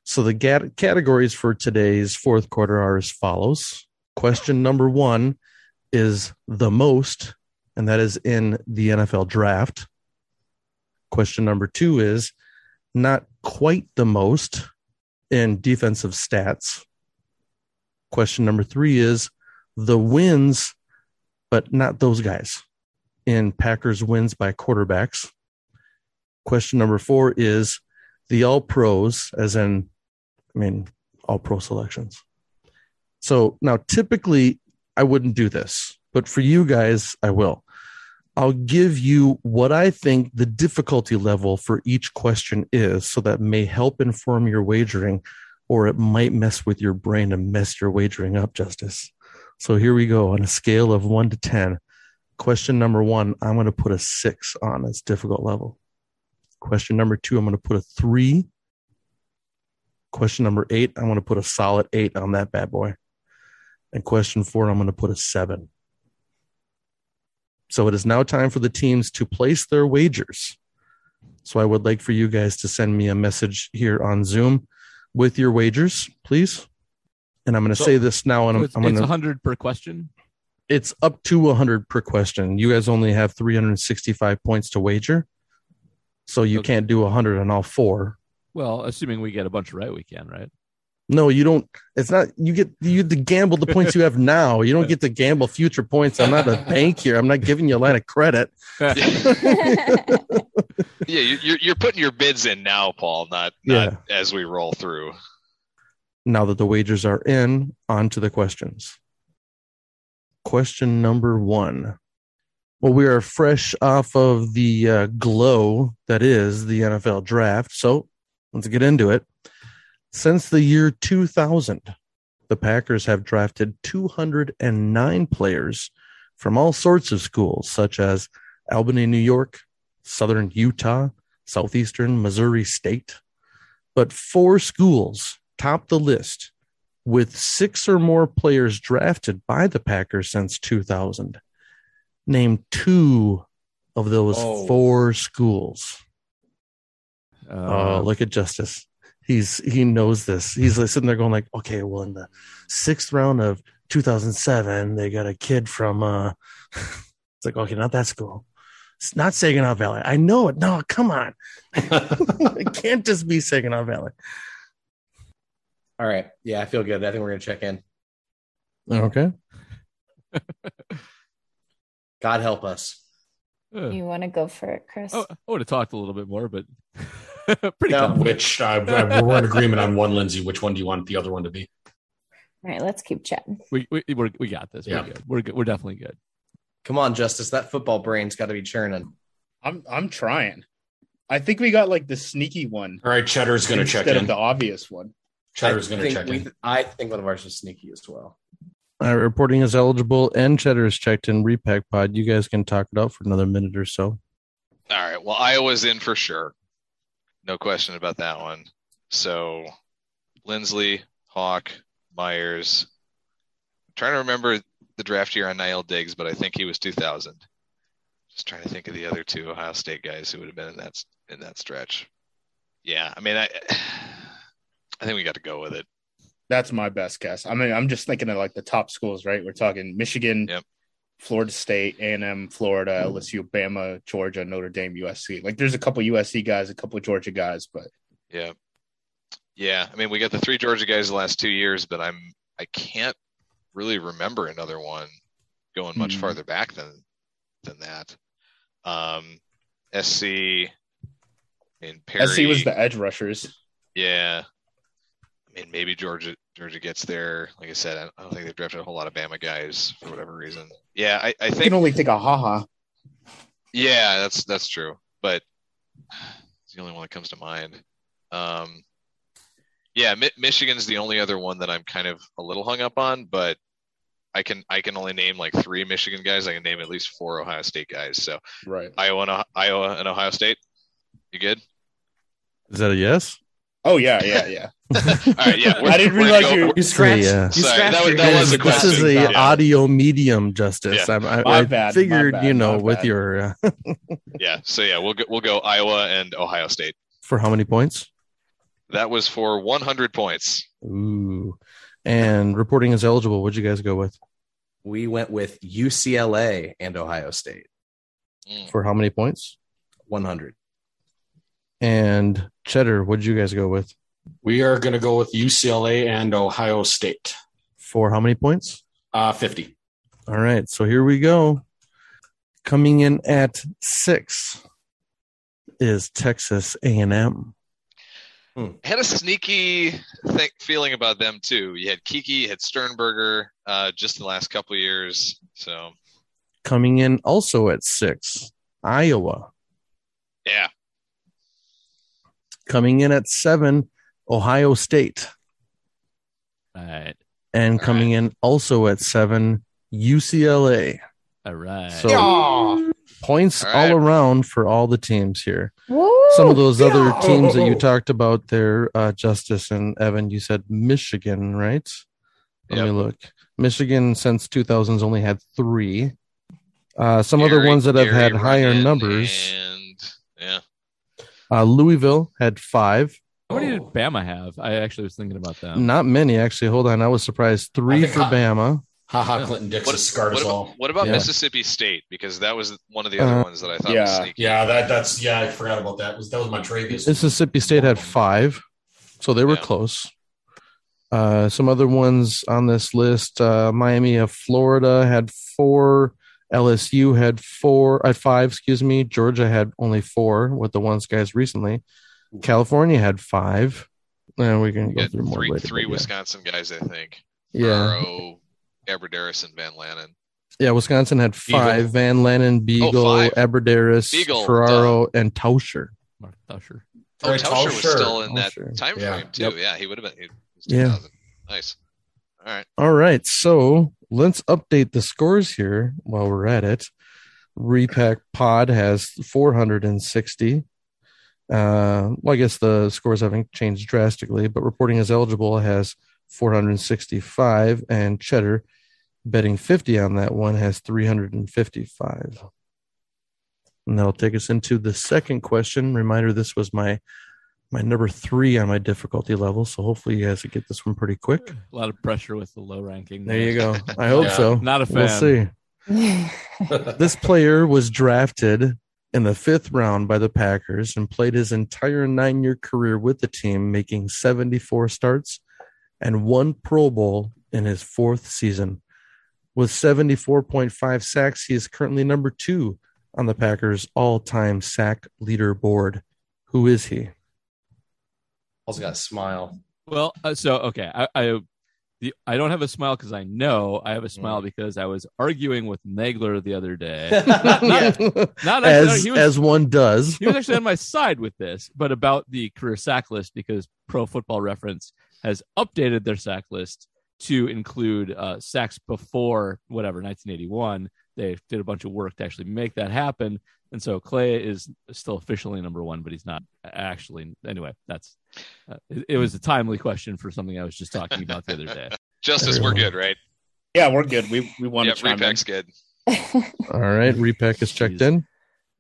S2: So the gat- categories for today's fourth quarter are as follows. Question number 1 is the most and that is in the NFL draft. Question number 2 is not quite the most in defensive stats. Question number 3 is the wins but not those guys in Packers wins by quarterbacks. Question number four is the all pros, as in, I mean, all pro selections. So now typically I wouldn't do this, but for you guys, I will. I'll give you what I think the difficulty level for each question is so that may help inform your wagering or it might mess with your brain and mess your wagering up, Justice. So here we go on a scale of one to 10. Question number one, I'm going to put a six on as difficult level. Question number two, I'm going to put a three. Question number eight, I'm going to put a solid eight on that bad boy. And question four, I'm going to put a seven. So it is now time for the teams to place their wagers. So I would like for you guys to send me a message here on Zoom with your wagers, please. And I'm going to
S6: So-
S2: say this now, and
S6: So
S2: I'm,
S6: it's,
S2: I'm going
S6: it's
S2: to
S6: 100 per question.
S2: it's up to 100 per question. You guys only have 365 points to wager. So you
S6: Okay.
S2: can't do 100 on all four.
S6: Well, assuming we get a bunch right, we can, right?
S2: No, you don't. It's not, you get, you have to gamble the points you have now. You don't get to gamble future points. I'm not a bank here. I'm not giving you a line of credit.
S3: Mm-hmm. [laughs] Yeah, you- you're you're putting your bids in now, Paul. Not not as we roll through.
S2: now that the wagers are in, on to the questions. Question number one. Well, we are fresh off of the uh, glow that is the NFL draft. So let's get into it. Since the year 2000, the Packers have drafted 209 players from all sorts of schools, such as Albany, New York, Southern Utah, Southeastern Missouri State, but four schools topped the list with six or more players drafted by the Packers since 2000. Name two of those
S5: Oh.
S2: four schools.
S6: Uh,
S2: Oh, look at Justice. He's he knows this. He's like sitting there going like, okay, well, in the sixth round of 2007, they got a kid from. uh [laughs] It's like okay, not that school. It's not Saginaw Valley. I know it. No, come on. [laughs] it can't just be Saginaw Valley.
S7: All right. Yeah, I feel good. I think we're gonna check in.
S2: Okay.
S7: God help us.
S6: uh,
S4: you want to go for it, Chris?
S6: oh, I would have talked a little bit more, but [laughs] pretty
S7: No.
S6: confident.
S5: [laughs] Which uh, we're in agreement on one, Lindsay. Which one do you want the other one to be?
S4: All right, let's keep chatting.
S6: We, we, we're, we got this.
S5: Yeah.
S6: We're good. We're, good. we're definitely good.
S7: Come on, Justice. That football brain's got to be churning.
S1: I'm I'm trying. I think we got like the sneaky one
S5: All right, Cheddar's going to check
S1: instead of
S5: in.
S1: the obvious one.
S5: Cheddar's
S7: I
S5: going to
S7: think
S5: check
S7: we-
S5: in.
S7: I think one of ours is sneaky as well.
S2: Uh, reporting is eligible and cheddar is checked in repack pod. You guys can talk it out for another minute or so.
S3: All right. Well, Iowa's in for sure. No question about that one. So, Lindsley, Hawk, Myers. I'm trying to remember the draft year on Niall Diggs, but I think he was 2000. Just trying to think of the other two Ohio State guys who would have been in that in that stretch. Yeah, I [sighs] mean, I I think we got to go with it.
S1: That's my best guess. I mean, I'm just thinking of like the top schools, right? We're talking Michigan,
S3: Yep.
S1: Florida State, A&M, Florida,
S5: Hmm.
S1: LSU, Bama, Georgia, Notre Dame, USC. Like, there's a couple USC guys, a couple Georgia guys, but
S3: Yeah. Yeah. I mean, we got the three Georgia guys the last two years, but I'm I can't really remember another one going much
S1: Hmm.
S3: farther back than than that. Um SC and Perry.
S1: SC was the edge rushers.
S3: Yeah. I mean, maybe Georgia Georgia gets there. Like I said, I don't- I don't think they've drafted a whole lot of Bama guys for whatever reason. Yeah, I, I
S1: I can
S3: think
S1: only think of haha.
S3: yeah, that's that's true. But it's the only one that comes to mind. Um, yeah, Mi- Michigan's the only other one that I'm kind of a little hung up on, but I can I can only name like three Michigan guys. I can name at least four Ohio State guys. So
S1: Right.
S3: Iowa, and, Oh- Iowa, and Ohio State.
S1: [laughs]
S3: You good?
S2: Is that a yes?
S1: Oh yeah, yeah,
S5: [laughs]
S1: yeah.
S3: All right. Yeah, we're,
S1: I didn't
S3: we're gonna
S1: realize
S3: go-
S1: you-
S7: You scratched.
S2: Yeah.
S7: You
S3: Sorry,
S7: scratched
S3: that was-
S7: your
S3: that
S7: head.
S3: was a
S2: this is
S3: question.
S2: a
S3: Yeah.
S2: audio medium, Justice. I'm, I,
S1: My
S2: I
S1: bad, my
S2: figured,
S1: bad,
S2: you know,
S1: my
S2: with
S1: bad.
S2: your uh, [laughs]
S3: Yeah. So yeah, we'll go, we'll go Iowa and Ohio State.
S2: for how many points?
S3: That was for 100 points.
S2: Ooh. And reporting is eligible. What'd you guys go with?
S7: We went with UCLA and Ohio State.
S3: Mm.
S2: For how many points?
S3: [laughs]
S7: 100.
S2: And cheddar, what'd you guys go with?
S5: We are going to go with UCLA and Ohio State.
S2: For how many points?
S5: Uh, 50.
S2: All right, so here we go. Coming in at six is Texas A&M. Hmm.
S3: I had a sneaky th- feeling about them too. You had Kiki, you had Sternberger, uh, just in the last couple of years. So
S2: Coming in also at six, Iowa.
S3: yeah,
S2: Coming in at seven, Ohio State.
S6: All right.
S2: And
S3: All
S2: coming in also at seven, UCLA.
S6: All right.
S2: So points
S3: All
S2: all,
S3: right.
S2: around for all the teams here.
S4: Woo!
S2: Some of those other teams that you talked about there, uh, Justice and Evan, you said Michigan, right? Let
S3: Yep.
S2: me look. Michigan since 2000s only had three. Uh, some other
S3: Gary-
S2: ones that have
S3: Gary
S2: had higher
S3: Ryan
S2: numbers.
S3: And yeah,
S2: Uh, Louisville had five.
S6: How many did Bama have? I actually was thinking about that.
S2: Not many, actually. Hold on. I was surprised. Three
S5: think
S2: for
S5: I-
S2: Bama.
S5: Ha ha, Clinton Dix
S3: what,
S5: has scarred
S3: what
S5: us all.
S3: about, what about
S2: Yeah.
S3: Mississippi State? Because that was one of the other
S2: Uh,
S3: ones that I thought was
S1: yeah.
S3: sneaky.
S5: Yeah, that that's yeah. I forgot about that. Was that was my previous?
S2: Mississippi State had five, so they were
S3: Yeah.
S2: close. Uh, some other ones on this list: uh, Miami of Florida had four, LSU had four, uh, five. Excuse me, Georgia had only four with the ones guys recently. California had five. And we can
S3: You
S2: go
S3: had
S2: through more
S3: three,
S2: later.
S3: three
S2: but yeah.
S3: Wisconsin guys, I think.
S2: yeah,
S3: Burrow, Aberderis, and Van Lannen.
S2: yeah. Wisconsin had five:
S5: Beagle.
S2: Van Lennon, Beagle,
S3: Oh, five.
S2: Aberderis,
S3: Beagle,
S2: Ferraro, and Tauscher.
S6: Mark Thusher.
S3: Oh,
S5: Right,
S3: Tauscher was
S5: Tauscher.
S3: still in that
S2: Tauscher.
S3: time
S5: Yeah.
S3: frame too.
S5: Yep.
S3: Yeah, he would have been. He was
S2: Yeah.
S3: 2000. Nice. All right.
S2: All right, so let's update the scores here while we're at it. Repack Pod has 460. Uh, well, I guess the scores haven't changed drastically, but reporting is eligible has 465, and Cheddar betting 50 on that one has 355. And that'll take us into the second question. Reminder: This was my my number three on my difficulty level, so hopefully you guys get this one pretty quick.
S6: A lot of pressure with the low ranking.
S2: There you go. I hope
S5: Yeah.
S2: so.
S6: Not a fan.
S2: We'll see.
S7: [laughs]
S5: [laughs]
S2: This player was drafted in the fifth round by the Packers and played his entire nine year career with the team, making 74 starts and one Pro Bowl in his fourth season. With 74.5 sacks, he is currently number two on the Packers' all time sack leaderboard. Who is
S6: [laughs]
S2: he?
S7: Also got a smile.
S6: Well, uh, so okay, I, I the I don't have a smile because I know I have
S2: Mm-hmm.
S6: a smile because I was arguing with Nagler the
S2: [laughs]
S6: other day.
S2: Yeah.
S6: Not
S2: as,
S6: actually, no, he was
S2: as one does.
S6: he was actually on my side with this, but about the career sack list because Pro Football Reference has updated their sack list to include uh, sacks before whatever 1981. They did a bunch of work to actually make that happen, and so Clay is still officially number one, but he's not actually. Anyway, that's uh, it, it was a timely question for something I was just talking about the other day.
S3: Justice, we're good, right?
S1: Yeah, we're good. We we want
S3: Yeah,
S1: to chime in.
S3: repack's good.
S2: All right. Repack is checked
S6: Jeez.
S2: in.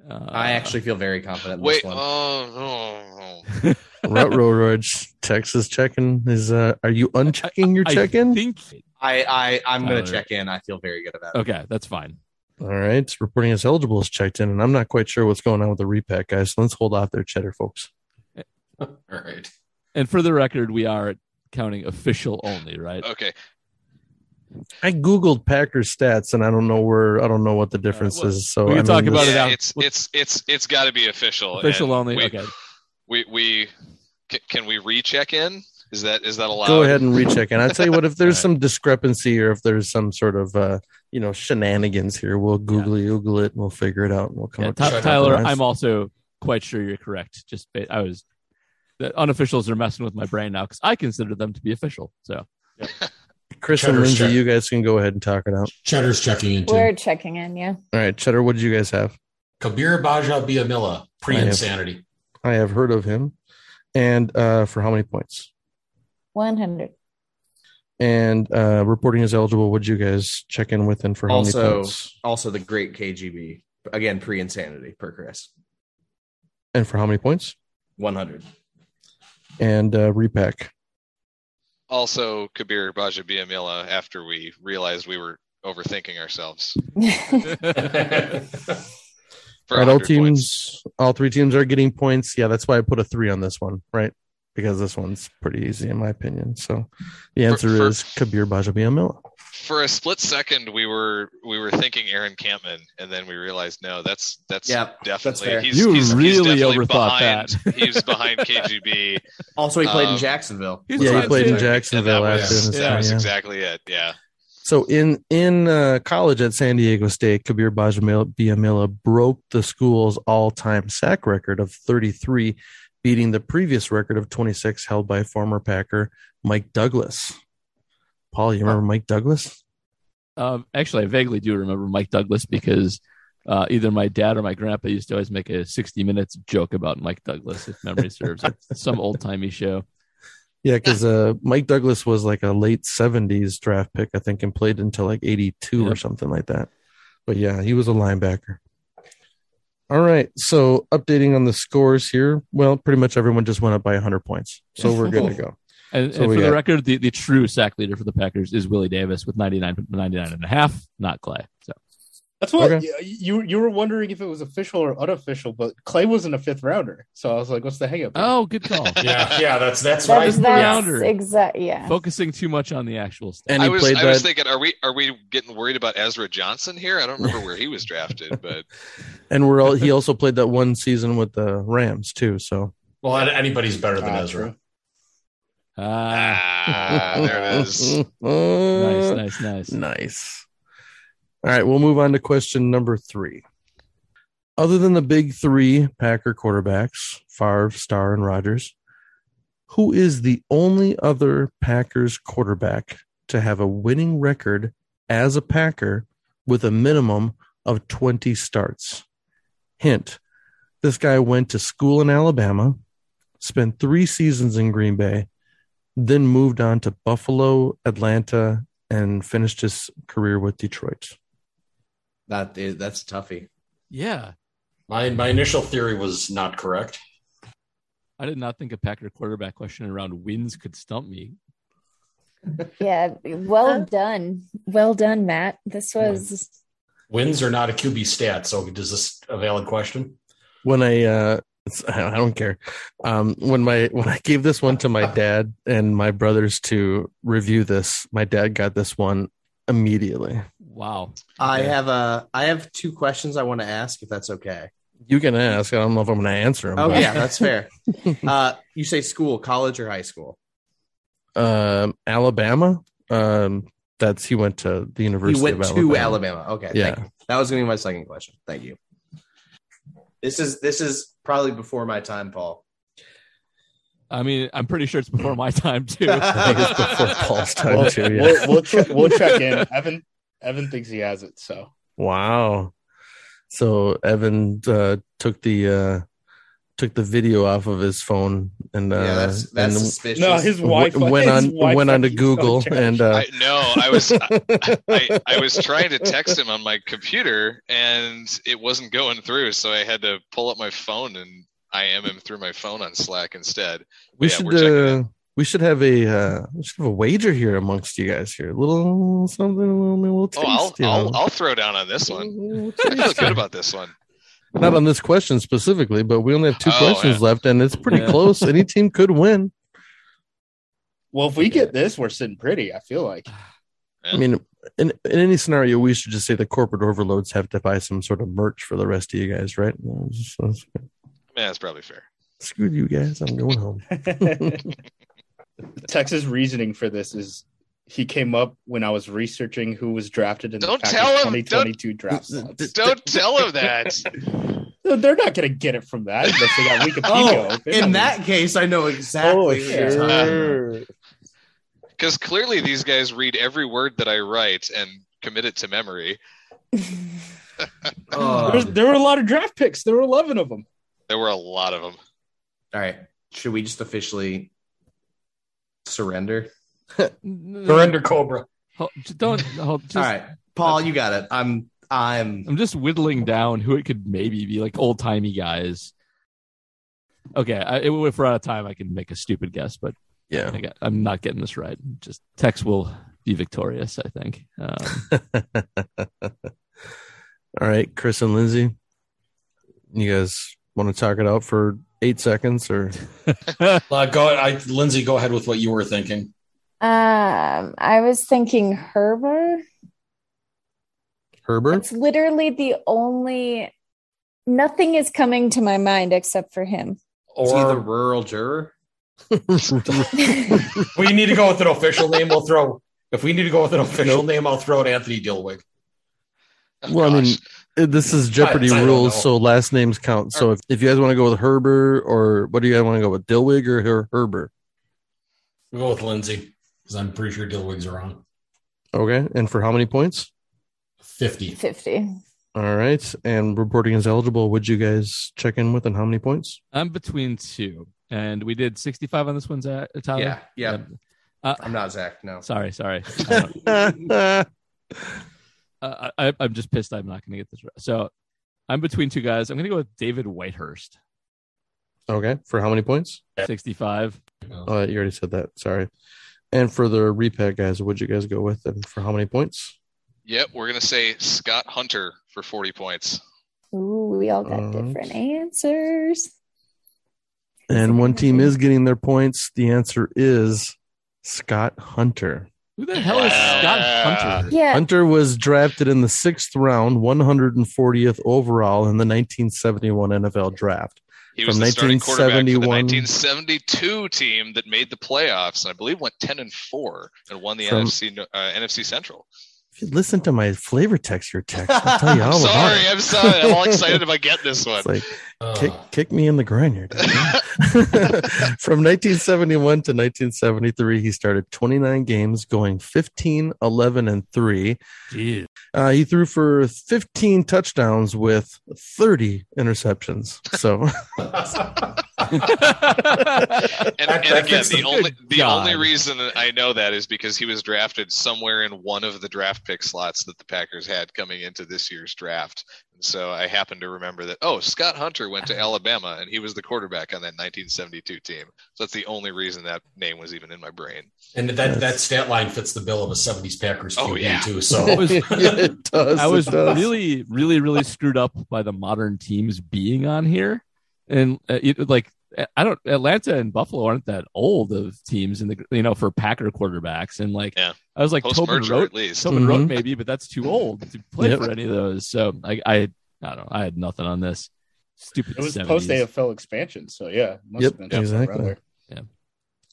S6: Uh, [laughs]
S7: I actually feel very confident in
S3: Wait.
S7: this one.
S3: Oh no.
S2: Rutroach, Texas checking is uh are you unchecking your
S6: I
S2: check in?
S6: think
S7: I, I I'm gonna
S2: Uh,
S6: Tyler.
S7: check in. I feel very good about it.
S6: okay, that's fine.
S2: All right, reporting as eligible is checked in, and I'm not quite sure what's going on with the repack, guys. So let's hold off there, cheddar folks.
S5: all right.
S6: And for the record, we are counting official only, right?
S3: oh. Okay.
S2: I googled Packers stats and I don't know where I don't know what the difference
S6: well,
S2: is. So
S6: we
S2: I
S6: can talk
S2: mean,
S6: about it
S2: this-
S3: Yeah,
S6: out.
S3: it's
S6: Well-
S3: it's it's it's got to be official.
S6: Official
S3: and
S6: only.
S3: We,
S6: okay.
S3: we we c- can we recheck in? Is that is that allowed?
S2: Go ahead and recheck in. I'll tell you what, if
S6: All
S2: [laughs] there's
S6: right.
S2: some discrepancy or if there's some sort of uh you know shenanigans here, we'll googly google it and we'll figure it out and we'll come
S6: Yeah,
S2: up
S6: Ty-
S5: Shut
S2: with
S5: up,
S6: Tyler,
S2: compromise.
S6: I'm also quite sure you're correct. Just ba- I was the unofficials are messing with my brain now because I consider them to be official.
S2: [laughs]
S6: So
S2: Chris and
S5: Cheddar's
S2: Lindsay,
S5: check.
S2: you guys can go ahead and talk it out.
S5: Cheddar's checking in
S4: [laughs] We're
S5: too.
S4: checking in, yeah.
S2: All right, Cheddar, what did you guys have?
S5: Kabir Baja Biamila,
S7: [laughs]
S5: pre-insanity.
S2: I have heard of him. And uh, for how many points?
S4: 100.
S2: And uh, reporting is eligible. Would you guys check in with and for how many
S7: Also,
S2: points?
S7: also the great KGB. Again, pre-insanity per Chris.
S2: And for how many points?
S7: 100.
S2: And uh, repack.
S3: [laughs] Also, Kabir Baja Biamila. After we realized we were overthinking ourselves.
S2: All
S3: For
S2: right, all
S3: 100 points.
S2: teams, all three teams are getting points. Yeah, that's why I put a three on this one, right? because this one's pretty easy in my opinion. So the answer
S3: for-
S2: is Kabir Bajabiamila.
S3: For a split second, we were we were thinking Aaron Campman, and then we realized no, that's that's
S7: Yep, that's
S3: definitely
S7: fair.
S3: he's,
S6: You
S3: he's, he's
S6: really
S3: definitely
S6: overthought
S3: behind,
S6: that.
S3: he was behind KGB.
S7: Also, he played
S3: Um,
S7: in Jacksonville.
S6: He's
S2: Yeah,
S6: trying
S2: he
S6: to
S2: played in
S6: say-
S2: Jacksonville
S3: and that
S2: last year.
S3: was,
S2: in his
S3: that
S2: time,
S3: was
S2: yeah.
S3: exactly it. Yeah,
S2: So in in uh, college at San Diego State, Kabir Biamila broke the school's all-time sack record of 33, beating the previous record of 26 held by former Packer Mike Douglas. Paul, you remember Mike Douglas?
S6: Um, actually, I vaguely do remember Mike Douglas because uh, either my dad or my grandpa used to always make a 60 Minutes joke about Mike Douglas,
S2: [laughs]
S6: if memory serves. It's some old timey show.
S2: Yeah, because uh, Mike Douglas was like a late 70s draft pick, I think, and played until like 82 or
S6: Yep.
S2: something like that. But yeah, he was a linebacker. All right. So updating on the scores here. Well, pretty much everyone just went up by 100 points. So we're good to [laughs] go.
S6: And,
S2: So
S6: and
S2: we
S6: for the
S2: got-
S6: record, the, the true sack leader for the Packers is Willie Davis with 99, 99 and a half, not Clay. So
S1: That's what
S2: Okay.
S1: y- you you were wondering if it was official or unofficial, but Clay wasn't a fifth rounder, so I was like, "What's the hangup?" here?
S6: Oh, good call.
S5: [laughs]
S3: [laughs]
S5: Yeah, yeah, that's that's
S6: That
S5: what I
S4: That's,
S6: was the
S4: that's
S6: rounder.
S4: exact. Yeah.
S6: [laughs] Focusing too much on the actual stats.
S2: And
S3: I
S2: he
S3: was
S2: played
S3: I
S2: that.
S3: was thinking, are we are we getting worried about Ezra Johnson here? I don't remember where he was
S2: [laughs]
S3: drafted, but
S2: and we're all, he also played that one season with the Rams too. So
S5: well, an- anybody's better than
S1: Ah,
S5: Ezra.
S1: true.
S6: Ah,
S3: ah, there
S2: [laughs]
S3: it is.
S6: nice,
S7: Uh,
S2: nice,
S6: nice, nice.
S2: Nice. All right, we'll move on to question number three. Other than the big three Packer quarterbacks, Favre, Starr, and Rodgers, who is the only other Packers quarterback to have a winning record as a Packer with a minimum of 20 starts? Hint this guy went to school in Alabama, spent three seasons in Green Bay, then moved on to Buffalo, Atlanta, and finished his career with Detroit.
S7: That is, that's toughy.
S6: Yeah.
S5: My my initial theory was not correct.
S6: I did not think a Packer quarterback question around wins could stump me.
S4: Yeah. Well done. Well done, Matt. This was
S5: Wins are not a QB stat, so is this a valid question?
S2: When I, uh, it's- [laughs] I don't care. Um, when my [laughs] when I gave this one to my dad and my brothers to review this, my dad got this one immediately.
S6: Wow.
S7: I
S6: Yeah.
S7: have a I have two questions I want to ask if that's okay.
S2: You can ask. I don't know if I'm going to answer them.
S7: Oh
S2: but,
S7: yeah, that's
S2: [laughs]
S7: fair. uh, you say school, college, or high school?
S2: Um, Alabama. Um, that's he went to the University.
S7: you went
S2: of
S7: to Alabama. Okay,
S2: Yeah.
S7: thank you. that was going to be my second question. Thank you. This is this is probably before my time, Paul.
S6: I mean, I'm pretty sure it's before my time,
S7: [laughs]
S6: too.
S2: I think it's before Paul's time
S1: We'll,
S2: too. Yeah.
S1: we'll, we'll, check, we'll check
S2: [laughs]
S6: [laughs]
S1: in. Evan Evan thinks he has it, so
S2: Wow. So Evan uh, took the uh, took the video off of his phone and uh,
S7: yeah, that's that's
S2: and
S7: suspicious.
S1: no, his
S2: w-
S1: wife
S2: went on went on to Google and uh,
S3: I, no, I was I, [laughs] I was trying to text him on my computer and it wasn't going through, so I had to pull up my phone and I am him through my phone on Slack instead.
S2: we
S3: yeah,
S2: should
S3: we're checking
S2: uh, we should have a uh, we should have a wager here amongst you guys here a little something a little, little taste,
S3: Oh, I'll,
S2: you know.
S3: I'll I'll throw down on this one. [laughs]
S2: Little
S3: I feel
S2: taste.
S3: good about this one.
S2: not on this question specifically but we only have two
S3: Oh,
S2: questions
S3: yeah.
S2: left and it's pretty
S6: Yeah.
S2: close any team could win
S1: well, if we get this, we're sitting pretty. I feel like
S2: I mean in, in any scenario we should just say the corporate overloads have to buy some sort of merch for the rest of you guys right So- so-
S3: Yeah, that's
S2: [laughs]
S3: probably fair.
S2: screw you guys i'm going home
S1: Texas reasoning for this is he came up when I was researching who was drafted in
S3: Don't
S1: the
S3: tell
S1: Packers
S3: him.
S1: 2022 draft slots.
S3: Don't tell him that.
S1: No, they're not going to get it from that unless they got
S2: Oh,
S6: Oh,
S1: Wikipedia open. I
S7: in
S1: mean,
S7: that case, I know exactly. what you're
S3: sure.
S7: talking about.
S3: Because clearly these guys read every word that I write and commit it to memory.
S7: Oh.
S1: There's- there were a lot of draft picks. There were 11 of them.
S3: There were a lot of them.
S7: All right, should we just officially surrender?
S5: Surrender, Cobra.
S6: Hold- j- Don't hold, just,
S7: All right, Paul, you got it. I'm I'm
S6: I'm just whittling down who it could maybe be, like old timey guys. Okay, I, it- if we're out of time, I can make a stupid guess, but
S2: yeah
S6: I got, I'm not getting this right. Just Tex will be victorious, I think. Um,
S2: All right, Chris and Lindsay, you guys want to talk it out for eight seconds or
S6: Um,
S7: [laughs]
S5: Uh, go, I, Lindsay, go ahead with what you were thinking.
S4: Um, I was thinking Herber.
S2: Herbert?
S5: [laughs]
S4: It's literally the only. Nothing is coming to my mind except for him. [laughs]
S7: Is he the
S5: Or
S7: rural juror?
S5: we need to go with an official name. We'll
S7: [laughs]
S5: throw. If we need to go with an official name, I'll throw it Anthony Dilwig.
S3: Oh,
S2: Well, I mean,
S3: gosh.
S2: Uh, This is Jeopardy
S5: I don't
S2: rules,
S5: know.
S2: so last names count. So if, if you guys want to go with Herber or what do you guys want to go with, Dilwig or Her- Herber?
S5: We'll go with Lindsay because I'm pretty sure Dilwig's around
S2: Okay, and for how many points?
S5: fifty.
S4: 50.
S2: All right, and reporting is eligible. Would you guys check in with and how many points?
S6: I'm between two, and we did 65 on this one, Za- Tyler.
S7: Yeah, yeah.
S6: Yep. Uh,
S7: I'm not Zach. No.
S6: Sorry, sorry. I don't-
S2: All
S6: uh, I, I'm just pissed. I'm not going to get this. right. So I'm between two guys. I'm going to go with David Whitehurst,
S2: okay, for how many points?
S6: 65.
S2: Uh, you already said that. Sorry. And for the repack guys, would you guys go with and for how many points?
S3: Yep, we're gonna say Scott Hunter for 40 points.
S4: Ooh, we all got
S2: Alright.
S4: different answers.
S2: And one team is getting their points. The answer is Scott Hunter.
S6: Who the hell is Scott
S3: Yeah.
S6: Hunter?
S4: Yeah.
S2: Hunter was drafted in the sixth round, 140th overall in the 1971 NFL draft.
S3: He was
S2: From
S3: the starting quarterback for the
S2: 1971
S3: 1972 team that made the playoffs, and I believe went 10 and four and won the
S2: From-
S3: NFC no- uh, NFC Central.
S2: If you listen to my flavor text, your text, I'll tell
S3: [laughs]
S2: you all about
S3: sorry,
S2: it.
S3: I'm sorry.
S2: [laughs]
S3: I'm all excited about getting this one.
S2: It's like
S5: Uh,
S2: kick, kick me in the groin here. dude. [laughs] From 1971 to 1973, he started 29 games, going 15, 11, and three.
S6: Jeez.
S2: Uh, he threw for 15 touchdowns with 30 interceptions. So. [laughs]
S3: And,
S5: That-
S3: and
S5: that
S3: again,
S5: fits
S3: the
S5: the-
S3: only
S6: good
S3: the
S6: God.
S3: only reason that I know that is because he was drafted somewhere in one of the draft pick slots that the Packers had coming into this year's draft. And so I happen to remember that. Oh, Scott Hunter went to Alabama, and he was the quarterback on that 1972 team. So that's the only reason that name was even in my brain.
S5: [laughs] and that that stat line fits the bill of a '70s Packers QB
S3: Oh, yeah.
S5: too.
S6: That
S5: So
S6: was-
S2: Yeah, [laughs] it does.
S6: [laughs] I
S2: it
S6: was
S2: does.
S6: really, really, really screwed up by the modern teams being on here, and uh, it, like I don't Atlanta and Buffalo aren't that old of teams in the you know for Packer quarterbacks, and like
S3: Yeah.
S6: I was like
S3: Post
S6: Tobin
S3: merger,
S6: Rote,
S3: at least.
S6: Tobin Rote
S2: Mhm.
S6: maybe, but that's too old to play
S2: Yep.
S6: for any of those. So I, I, I don't. know. I had nothing on this stupid.
S1: It was
S6: 70s.
S1: post AFL expansion, so yeah, it must
S2: Yep,
S1: have been something
S2: exactly.
S1: around there.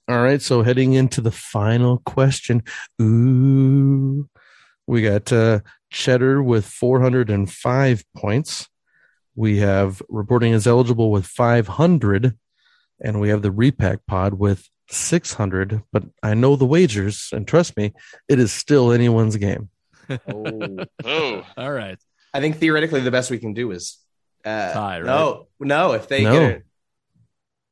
S2: All right, so heading into the final question. Ooh, we got uh, Cheddar with 405 points. We have reporting is eligible with 500, and we have the repack pod with 600. But I know the wagers, and trust me, it is still anyone's game.
S6: [laughs]
S7: Oh.
S3: Oh,
S6: All right.
S7: I think theoretically the best we can do is uh,
S6: Tie, right?
S7: No, no. If they
S2: No.
S7: get it,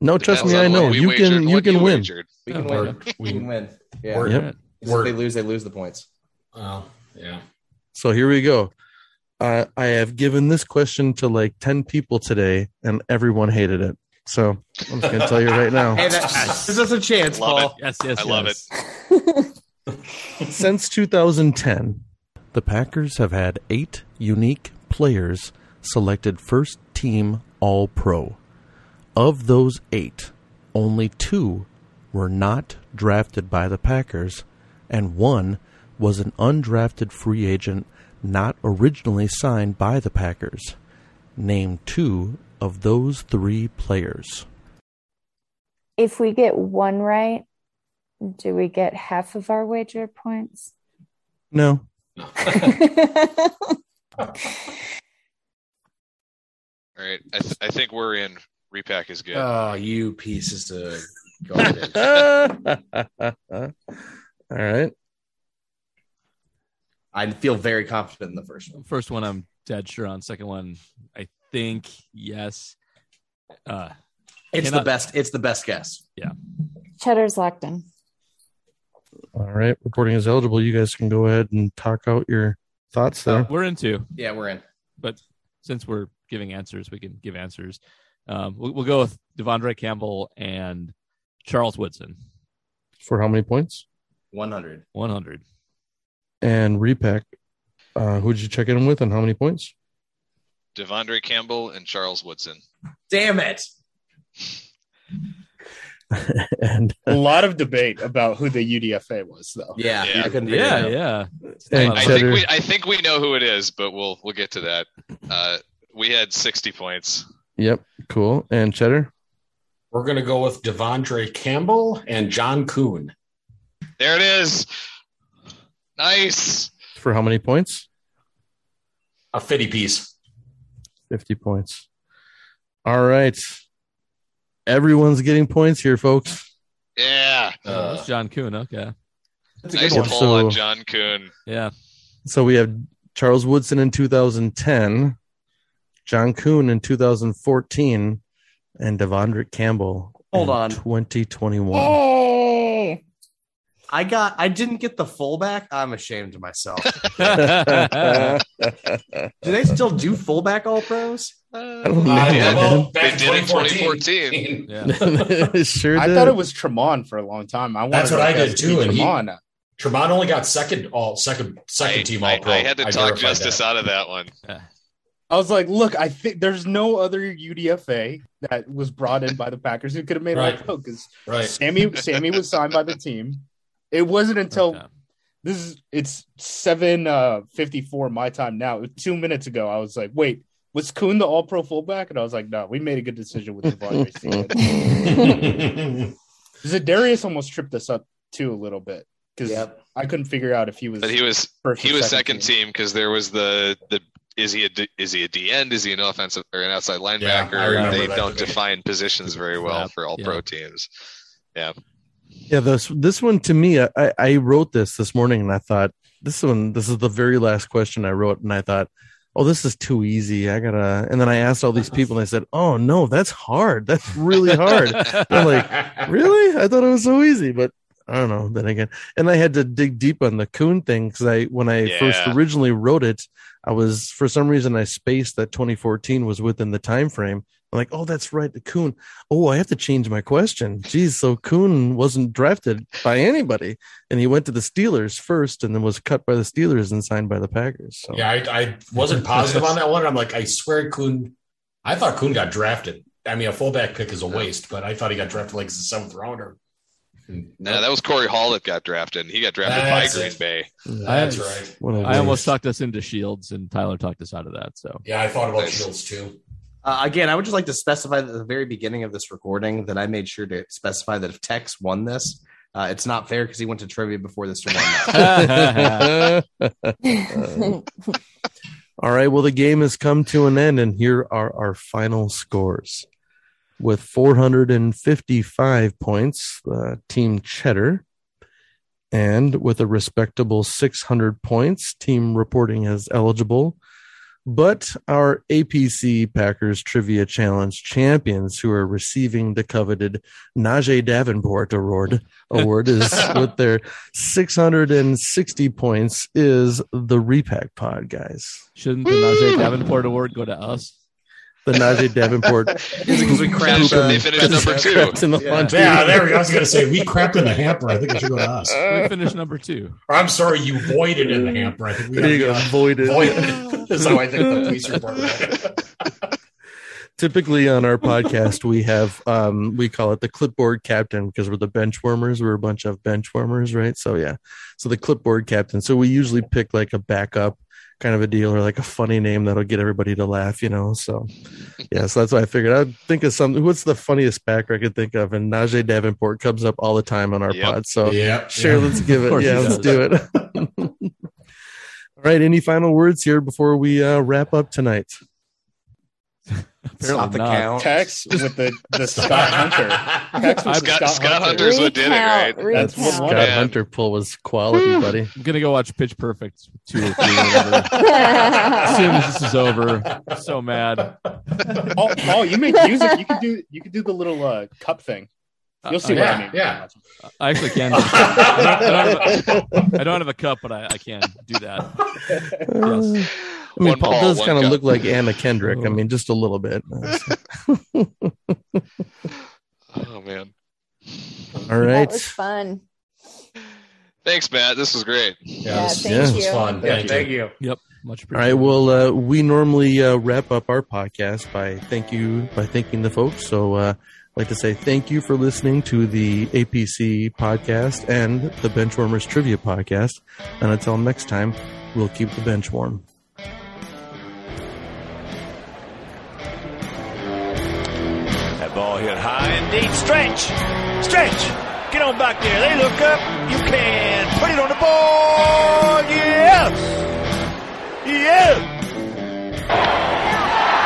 S2: No, trust
S3: depends
S2: me,
S3: on
S2: I know
S3: what we
S2: you
S3: wagered
S2: can.
S3: and
S2: You
S3: what
S2: can win.
S3: wagered.
S7: we can
S6: Yeah,
S7: win.
S5: we-
S7: We can win. Yeah.
S5: We're-
S2: Yep.
S7: Because If they lose, they lose the points.
S5: well, uh, yeah.
S2: So here we go. Uh, I have given this question to like 10 people today, and everyone hated it. So I'm just going to tell you right
S7: [laughs]
S2: now.
S7: Hey, that gives us a chance,
S3: Love
S7: Paul.
S6: Yes, yes.
S3: I love it.
S2: Since 2010, the Packers have had eight unique players selected first team All Pro. Of those eight, only two were not drafted by the Packers, and one was an undrafted free agent not originally signed by the Packers. Name two of those three players.
S4: [laughs] If we get one right, do we get half of our
S2: [laughs]
S4: wager points?
S2: No. [laughs]
S3: All right, I, th- I think we're in. Repack is
S5: Uh,
S3: good.
S7: Oh, you pieces of
S5: [laughs]
S7: garbage.
S2: All right.
S7: I feel very confident in the first one.
S6: First one, I'm dead sure on. Second one, I think yes. Uh,
S7: It's
S6: Cannot-
S7: the best. It's the best guess.
S4: Cheddar's locked in.
S2: All right. Recording is eligible. You guys can go ahead and talk out your thoughts there.
S6: we're into
S7: Yeah, we're in.
S6: since we're giving answers, we can give answers. Um, we'll, we'll go with Devondre Campbell and Charles Woodson,
S2: For how many points?
S7: 100.
S6: 100.
S2: And repack. Uh, who'd you check in with and how many points?
S3: Devondre Campbell and Charles Woodson.
S7: Damn it.
S2: [laughs] and
S1: A lot of debate about who the UDFA was, though.
S7: Yeah,
S3: Yeah.
S7: I couldn't figure
S6: Yeah,
S7: it out.
S6: yeah.
S2: and
S3: I
S2: cheddar,
S3: think we I think we know who it is, but we'll we'll get to that. Uh, we had 60 points.
S2: yep, cool. And cheddar,
S5: We're going to go with Devondre Campbell and John Kuhn.
S3: There it is. Nice.
S2: for how many points?
S5: A fitty piece.
S2: 50 points. All right. Everyone's getting points here, folks.
S3: Yeah.
S6: Oh,
S5: Uh,
S6: that's John Kuhn. Okay.
S5: that's a good
S3: Nice
S5: one.
S3: pull
S2: So-
S3: on John Kuhn.
S6: Yeah. [laughs]
S2: So we have Charles Woodson in 2010, John Kuhn in 2014, and Devondrick Campbell.
S7: Hold
S2: in
S7: on. Oh,
S2: 2021.
S4: Hey.
S7: I got. I didn't get the fullback. I'm ashamed of myself.
S5: [laughs]
S6: yeah.
S7: do they still do fullback all pros?
S2: I don't know,
S5: Uh,
S2: man.
S5: well, back
S3: They did it in
S5: 2014.
S2: It [laughs] sure
S1: I
S2: did.
S1: thought it was Tremont for a long time. I wanted
S5: That's what
S1: that
S5: I
S1: guy
S5: did,
S1: to be
S5: too, and he-
S1: Tremont.
S5: [laughs] Tremont only got second all second second
S3: I,
S5: team all
S3: I,
S5: pro.
S3: I had to talk
S5: verified
S3: justice
S5: that.
S3: out of that one.
S1: I was like, look, I think there's no other UDFA that was brought in by the Packers who could have made
S5: Right.
S1: it all because
S5: Right.
S1: Sammy Sammy was signed by the team. It wasn't until
S6: Okay.
S1: this is it's seven uh, fifty four my time now. Two minutes ago, I was like, wait, was Kuhn the All Pro fullback? And I was like, no, we made a good decision with the
S5: [laughs]
S1: Because Darius almost tripped us up too a little bit because
S7: Yep.
S1: I couldn't figure out if he was
S3: But he was
S1: first or
S3: he was second team because there was the the is he a D- is he a D end? Is he an offensive or an outside linebacker?
S5: I remember
S3: they
S5: that
S3: don't
S5: debate.
S3: define positions very well for all
S6: Yeah.
S3: pro teams.
S2: Yeah, this this one to me, I, I wrote this this morning and I thought this one, this is the very last question I wrote, and I thought, oh, this is too easy. I gotta, and then I asked all these people, and I said, oh no, that's hard. [laughs] That's really hard. I'm like,
S5: [laughs]
S2: really? I thought it was so easy, but I don't know. Then again, and I had to dig deep on the coon thing because I, when I first
S3: Yeah.
S2: originally wrote it, I was for some reason I spaced that 2014 was within the time frame. I'm like, oh, that's right, the coon. Oh, I have to change my question. Geez, so Kuhn wasn't drafted by anybody, and he went to the Steelers first, and then was cut by the Steelers and signed by the Packers. So
S5: Yeah, I, I wasn't positive on that one. I'm like, I swear Kuhn, I thought Kuhn got drafted. I mean, a fullback pick is a waste, but I thought he got drafted like as a seventh rounder.
S3: No, that was Corey Hall that got drafted. and He got drafted
S5: That's
S3: by Green
S5: it.
S2: [laughs]
S3: Bay.
S5: That's right.
S2: What a
S6: I almost
S2: waste.
S6: talked us into Shields, and Tyler talked us out of that.
S2: [laughs]
S6: So
S5: Yeah, I thought about
S3: Nice.
S5: Shields too.
S7: Uh, again, I would just like to specify at the very beginning of this recording that I made sure to specify that if Tex won this, uh, it's not fair because he went to trivia before this. [laughs] tournament.
S6: [laughs]
S2: All right. Well, the game has come to an end, and here are our final scores. With 455 points, uh, Team Cheddar. And with a respectable 600 points, Team Reporting is eligible. But our APC Packers Trivia Challenge champions, who are receiving the coveted Najee Davenport Award, award is with their 660 points is the repack pod guys
S6: shouldn't the Najee Davenport Award go to us?
S2: the najee
S3: [laughs]
S2: davenport
S7: Because we crashed.
S3: They-
S7: Uh,
S3: they finished number two.
S2: Craps in the
S7: Yeah.
S2: lunch.
S5: Yeah, there we go. I was going to say, we crapped in the hamper. I think it should go to us.
S6: We finished number two.
S5: Or, I'm sorry, you voided in the hamper. I think we
S2: There you go.
S5: gotta
S2: Void
S5: be
S2: [laughs] it.
S5: on voided. [laughs] That's how I think the police report. read.
S2: typically on our podcast we have um we call it the clipboard captain because we're the bench warmers we're a bunch of bench warmers right so yeah so the clipboard captain so we usually pick like a backup kind of a deal or like a funny name that'll get everybody to laugh you know so yeah so that's why i figured i'd think of something what's the funniest backer i could think of and najee davenport comes up all the time on our
S3: Yep.
S2: pod so
S5: Yeah.
S2: sure let's give
S6: Of
S2: it
S6: course
S2: yeah
S6: he
S2: let's
S6: does.
S2: do it [laughs] all right any final words here before we uh, wrap up tonight
S7: stop the
S6: Apparently not.
S7: count.
S1: Tex with the
S5: [laughs]
S1: the Scott Hunter. Tex with
S6: I've
S3: Scott, Scott Hunter's what did it, right?
S4: Recount,
S1: That's what
S4: recount.
S1: one-
S2: God,
S4: [laughs]
S3: Man.
S2: Hunter pull was quality, buddy.
S6: I'm gonna go watch Pitch Perfect two or three. or whatever. as soon as this is over, I'm so mad.
S1: Oh, oh, you make music. You could do you could do the little uh, cup thing. You'll see
S6: I,
S1: what
S5: Uh,
S1: I
S5: yeah,
S1: mean.
S5: yeah.
S6: I actually can. do that. I don't, I don't have a, I don't have a cup, but I, I can do that. Yes.
S2: I mean,
S3: One
S2: Paul
S3: ball,
S2: does
S3: one
S2: kind of
S3: cup.
S2: look like Anna Kendrick. I mean, just a little [laughs] bit.
S3: Oh man.
S2: All
S4: That
S2: right.
S4: was fun.
S3: Thanks, Matt. This was great.
S4: Yeah,
S5: this-
S4: thank
S5: this was
S4: you.
S5: fun. Thank you.
S7: you.
S6: Yep, much
S2: All right.
S6: appreciated.
S2: Well, uh, we normally uh, wrap up our podcast by thank you by thanking the folks. So uh, like to say thank you for listening to the APC podcast and the Benchwarmers Trivia podcast. And until next time, we'll keep the bench warm.
S9: That ball hit high indeed. Stretch. Stretch. Get on back there. They look up. You can put it on the board. Yes. Yes.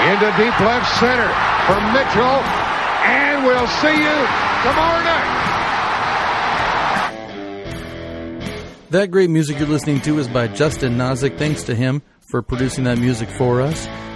S10: Into deep left center for Mitchell. And we'll see you tomorrow night.
S2: That great music you're listening to is by Justin Nozick. Thanks to him for producing that music for us.